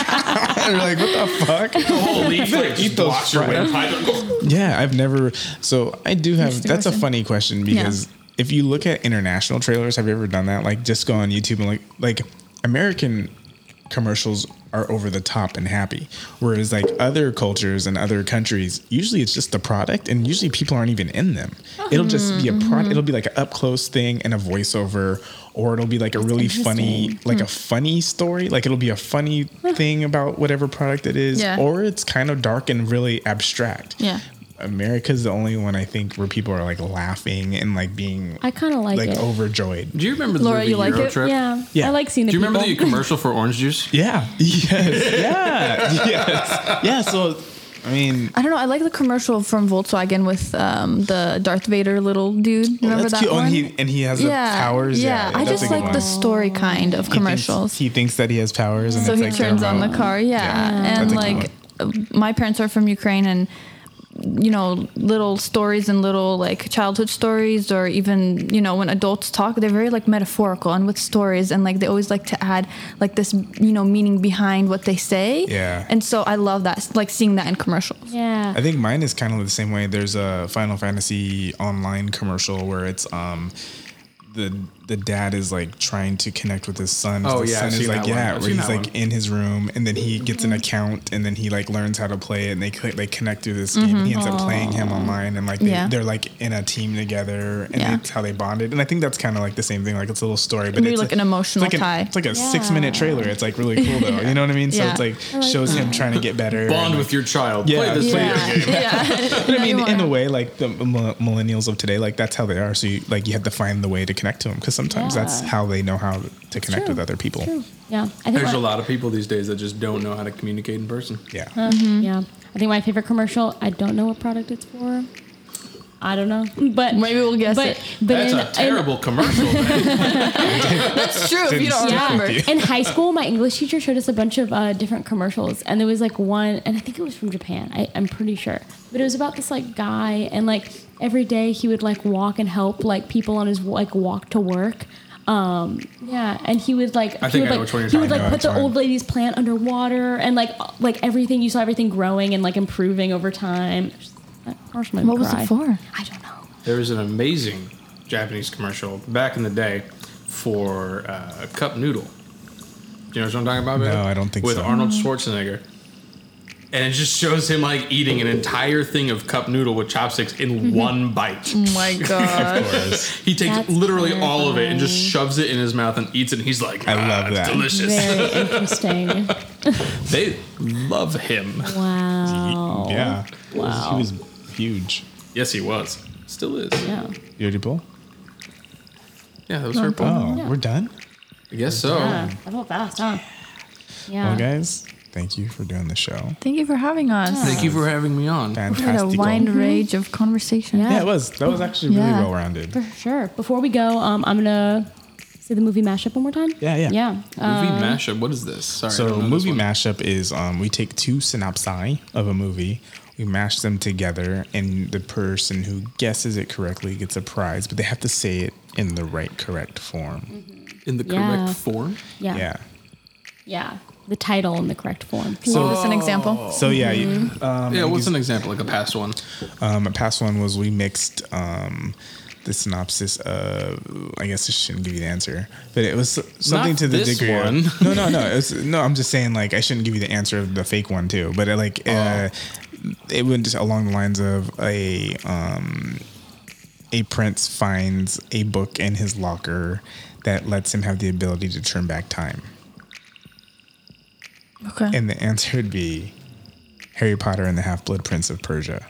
Speaker 1: you're like, what the fuck?
Speaker 3: The whole leaf like
Speaker 1: Eat
Speaker 3: just
Speaker 1: those
Speaker 3: blocks your
Speaker 1: fries.
Speaker 3: windpipe.
Speaker 1: Yeah, I've never. So I do have.
Speaker 4: Mr.
Speaker 1: That's a
Speaker 4: Wilson.
Speaker 1: funny question because if you look at international trailers, have you ever done that? Like, just go on YouTube and like, like American commercials are over the top and happy, whereas like other cultures and other countries, usually it's just the product, and usually people aren't even in them. It'll just be a product.
Speaker 4: Mm-hmm.
Speaker 1: It'll be like an up close thing and a voiceover. Or it'll be like a really funny, like
Speaker 4: Hmm.
Speaker 1: a funny story. Like it'll be a funny thing about whatever product it is,
Speaker 4: Yeah.
Speaker 1: or it's kind of dark and really abstract.
Speaker 4: Yeah.
Speaker 1: America's the only one I think where people are like laughing and like being
Speaker 2: I kind of like,
Speaker 1: like
Speaker 2: it.
Speaker 1: overjoyed.
Speaker 3: Do you remember the
Speaker 4: Laura,
Speaker 3: movie
Speaker 4: you like
Speaker 3: Euro
Speaker 4: it?
Speaker 3: Trip?
Speaker 2: yeah.
Speaker 1: Yeah.
Speaker 2: I like seeing the
Speaker 3: Do you remember the
Speaker 2: people.
Speaker 3: commercial for orange juice?
Speaker 1: Yeah. Yes. Yeah. yes. Yeah. So, I mean,
Speaker 4: I don't know. I like the commercial from Volkswagen with um, the Darth Vader little dude.
Speaker 1: well,
Speaker 4: Remember
Speaker 1: that's
Speaker 4: that
Speaker 1: cute. Oh,
Speaker 4: one?
Speaker 1: and he and he has the powers. Yeah.
Speaker 4: Yeah, I
Speaker 1: that's a
Speaker 4: just
Speaker 1: good
Speaker 4: like
Speaker 1: one.
Speaker 4: the story kind of
Speaker 1: He thinks-
Speaker 4: commercials.
Speaker 1: He thinks, that he has powers, and
Speaker 4: so
Speaker 1: it's
Speaker 4: he
Speaker 1: like the
Speaker 4: turns on the
Speaker 1: remote.
Speaker 4: car. Yeah,
Speaker 1: That's
Speaker 4: and
Speaker 1: a good
Speaker 4: like my parents are from Ukraine, and you know, little stories and little like childhood stories, or even you know, when adults talk, they're very like metaphorical and with stories, and like they always like to add like this you know meaning behind what they say.
Speaker 1: Yeah.
Speaker 4: and so I love that, like seeing that in commercials.
Speaker 2: Yeah.
Speaker 1: I think mine is kind of the same way. There's a Final Fantasy online commercial where it's um the the dad is like trying to connect with his son.
Speaker 3: Oh,
Speaker 1: the
Speaker 3: yeah,
Speaker 1: son
Speaker 3: I've
Speaker 1: is
Speaker 3: seen
Speaker 1: like
Speaker 3: that one.
Speaker 1: yeah,
Speaker 3: I've
Speaker 1: where
Speaker 3: seen
Speaker 1: he's
Speaker 3: that
Speaker 1: like
Speaker 3: one. Mm-hmm.
Speaker 1: in his room and then he gets an account and then he like learns how to play it and they cl- they connect through this game. He ends
Speaker 3: Mm-hmm.
Speaker 1: up playing him online and like they,
Speaker 4: Yeah.
Speaker 1: they're like in a team together and
Speaker 4: Yeah.
Speaker 1: it's how they bonded. And I think that's kind of like the same thing. Like it's a little story, but
Speaker 4: Maybe
Speaker 1: it's
Speaker 4: like an emotional
Speaker 1: it's like
Speaker 4: tie.
Speaker 1: An, it's like a six minute trailer. It's like really cool though. You know what I mean? So
Speaker 4: Yeah.
Speaker 1: it's like shows him trying to get better.
Speaker 3: Bond
Speaker 1: and,
Speaker 3: with your child.
Speaker 1: Yeah,
Speaker 3: Play this
Speaker 1: play
Speaker 3: video game.
Speaker 4: yeah.
Speaker 1: but I mean, in a way, like the mil- millennials of today, like that's how they are. So you, like you have to find the way to connect to them because sometimes that's
Speaker 2: Yeah.
Speaker 1: how they know how to connect
Speaker 2: true.
Speaker 1: with other people.
Speaker 2: True. Yeah, I think
Speaker 3: There's
Speaker 2: my-
Speaker 3: a lot of people these days that just don't know how to communicate in person.
Speaker 1: Yeah.
Speaker 2: Uh-huh. Yeah, I think my favorite commercial. I don't know what product it's for. I don't know, but
Speaker 4: Maybe we'll guess
Speaker 2: but,
Speaker 4: it.
Speaker 2: But
Speaker 3: That's
Speaker 2: in,
Speaker 3: a terrible commercial. man.
Speaker 4: That's true. If you don't
Speaker 2: in-
Speaker 4: remember.
Speaker 2: yeah, in high school, my English teacher showed us a bunch of uh, different commercials, and there was like one, and I think it was from Japan. I, I'm pretty sure, but it was about this like guy, and like every day he would like walk and help like people on his like walk to work. Um, yeah, and he would like
Speaker 3: I
Speaker 2: he would
Speaker 3: think I know
Speaker 2: like
Speaker 3: which one you're
Speaker 2: he would
Speaker 3: talking
Speaker 2: like
Speaker 1: about.
Speaker 2: put the
Speaker 1: It's fine.
Speaker 2: old lady's plant underwater, and like uh, like everything you saw everything growing and like improving over time. That commercial made me
Speaker 4: What was it
Speaker 2: cry.
Speaker 4: for?
Speaker 2: I don't know.
Speaker 3: there was an amazing Japanese commercial back in the day for uh, a cup noodle. You know what I'm talking about?
Speaker 1: No,
Speaker 3: Babe?
Speaker 1: I don't think
Speaker 3: With
Speaker 1: so.
Speaker 3: Arnold Schwarzenegger. And it just shows him like eating an entire thing of cup noodle with chopsticks in one bite.
Speaker 4: Oh my god.
Speaker 3: He takes
Speaker 2: Mm-hmm. That's
Speaker 3: literally all of it and just
Speaker 2: terrifying.
Speaker 3: shoves it in his mouth and eats it. And he's like,
Speaker 1: I love
Speaker 3: "Ah, it's
Speaker 1: that."
Speaker 3: Delicious.
Speaker 2: Very interesting.
Speaker 3: They love him.
Speaker 2: Wow.
Speaker 1: Yeah.
Speaker 2: Wow.
Speaker 1: He was huge.
Speaker 3: Yes, he was. Still is.
Speaker 2: Yeah.
Speaker 1: You already pull?
Speaker 3: Yeah, that was her point.
Speaker 1: Oh,
Speaker 2: Yeah.
Speaker 1: we're done?
Speaker 3: I guess so.
Speaker 2: Yeah, that went fast, huh? Yeah.
Speaker 1: Well, guys, thank you for doing the show.
Speaker 4: Thank you for having us.
Speaker 3: Thank you for having me on.
Speaker 4: We had a
Speaker 1: Fantastic.
Speaker 4: wide range of conversation.
Speaker 2: Yeah.
Speaker 1: Mm-hmm. Yeah, it was. That was actually really
Speaker 4: Yeah.
Speaker 1: well rounded.
Speaker 2: For sure. Before we go, um, I'm gonna say the movie mashup one more time.
Speaker 1: Yeah, yeah.
Speaker 2: Yeah.
Speaker 3: Movie
Speaker 2: Um,
Speaker 3: mashup. What is this? Sorry. I
Speaker 1: So
Speaker 3: don't know
Speaker 1: movie
Speaker 3: this one.
Speaker 1: mashup is um, we take two synopsi of a movie, we mash them together, and the person who guesses it correctly gets a prize, but they have to say it in the right correct form.
Speaker 3: in the
Speaker 2: Yeah.
Speaker 3: correct form.
Speaker 2: yeah. Yeah.
Speaker 1: Yeah.
Speaker 2: The title in the correct form.
Speaker 4: Can you give us an example?
Speaker 1: So yeah, you-
Speaker 3: yeah. What's an example? Like a past one.
Speaker 1: um, a past one was we mixed um, the synopsis of. I guess I shouldn't give you the answer, but it was something
Speaker 3: Not
Speaker 1: to the
Speaker 3: this
Speaker 1: degree. of-
Speaker 3: one.
Speaker 1: no, no, no. It was, no, I'm just saying like I shouldn't give you the answer of the fake one too, but it, like
Speaker 3: Oh.
Speaker 1: uh, it went just along the lines of a um, a prince finds a book in his locker that lets him have the ability to turn back time,
Speaker 4: Okay.
Speaker 1: and the answer would be Harry Potter and the Half Blood Prince of Persia,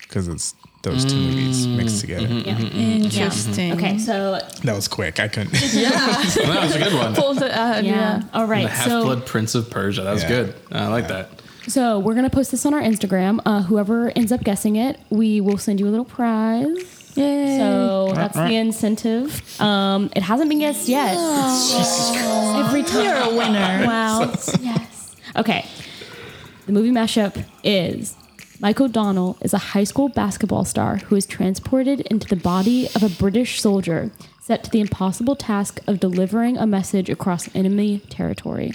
Speaker 1: because it's those two movies
Speaker 3: Mm,
Speaker 1: mixed
Speaker 3: mm-hmm,
Speaker 1: together.
Speaker 2: Yeah.
Speaker 4: mm-hmm. Interesting.
Speaker 2: Okay, so
Speaker 1: That was quick. I couldn't.
Speaker 3: Well, that was a good one.
Speaker 4: Pulled it out,
Speaker 2: yeah.
Speaker 4: yeah.
Speaker 2: All right.
Speaker 3: the Half
Speaker 2: so
Speaker 3: Blood Prince of Persia. That was
Speaker 1: Yeah.
Speaker 3: good. I like
Speaker 1: Yeah.
Speaker 3: that.
Speaker 2: so we're gonna post this on our Instagram. Uh, whoever ends up guessing it, we will send you a little prize.
Speaker 4: Yay.
Speaker 2: So that's the incentive. Um, it hasn't been guessed yet. Every time
Speaker 4: You're a winner.
Speaker 2: Wow. yes. Okay. The movie mashup is Mike O'Donnell is a high school basketball star who is transported into the body of a British soldier set to the impossible task of delivering a message across enemy territory.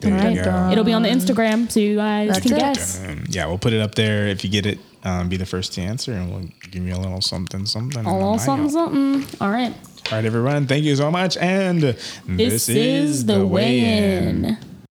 Speaker 1: There
Speaker 2: All right.
Speaker 1: you go.
Speaker 2: It'll be on the Instagram, so you guys
Speaker 4: Um, That's
Speaker 2: can
Speaker 4: it.
Speaker 2: guess.
Speaker 1: Um, yeah, we'll put it up there. If you get it, um, be the first to answer, and we'll give you a little something, something.
Speaker 2: A little
Speaker 1: All
Speaker 2: something, something. mm, All right.
Speaker 1: right, everyone. Thank you so much. And this,
Speaker 2: This, is, the way in.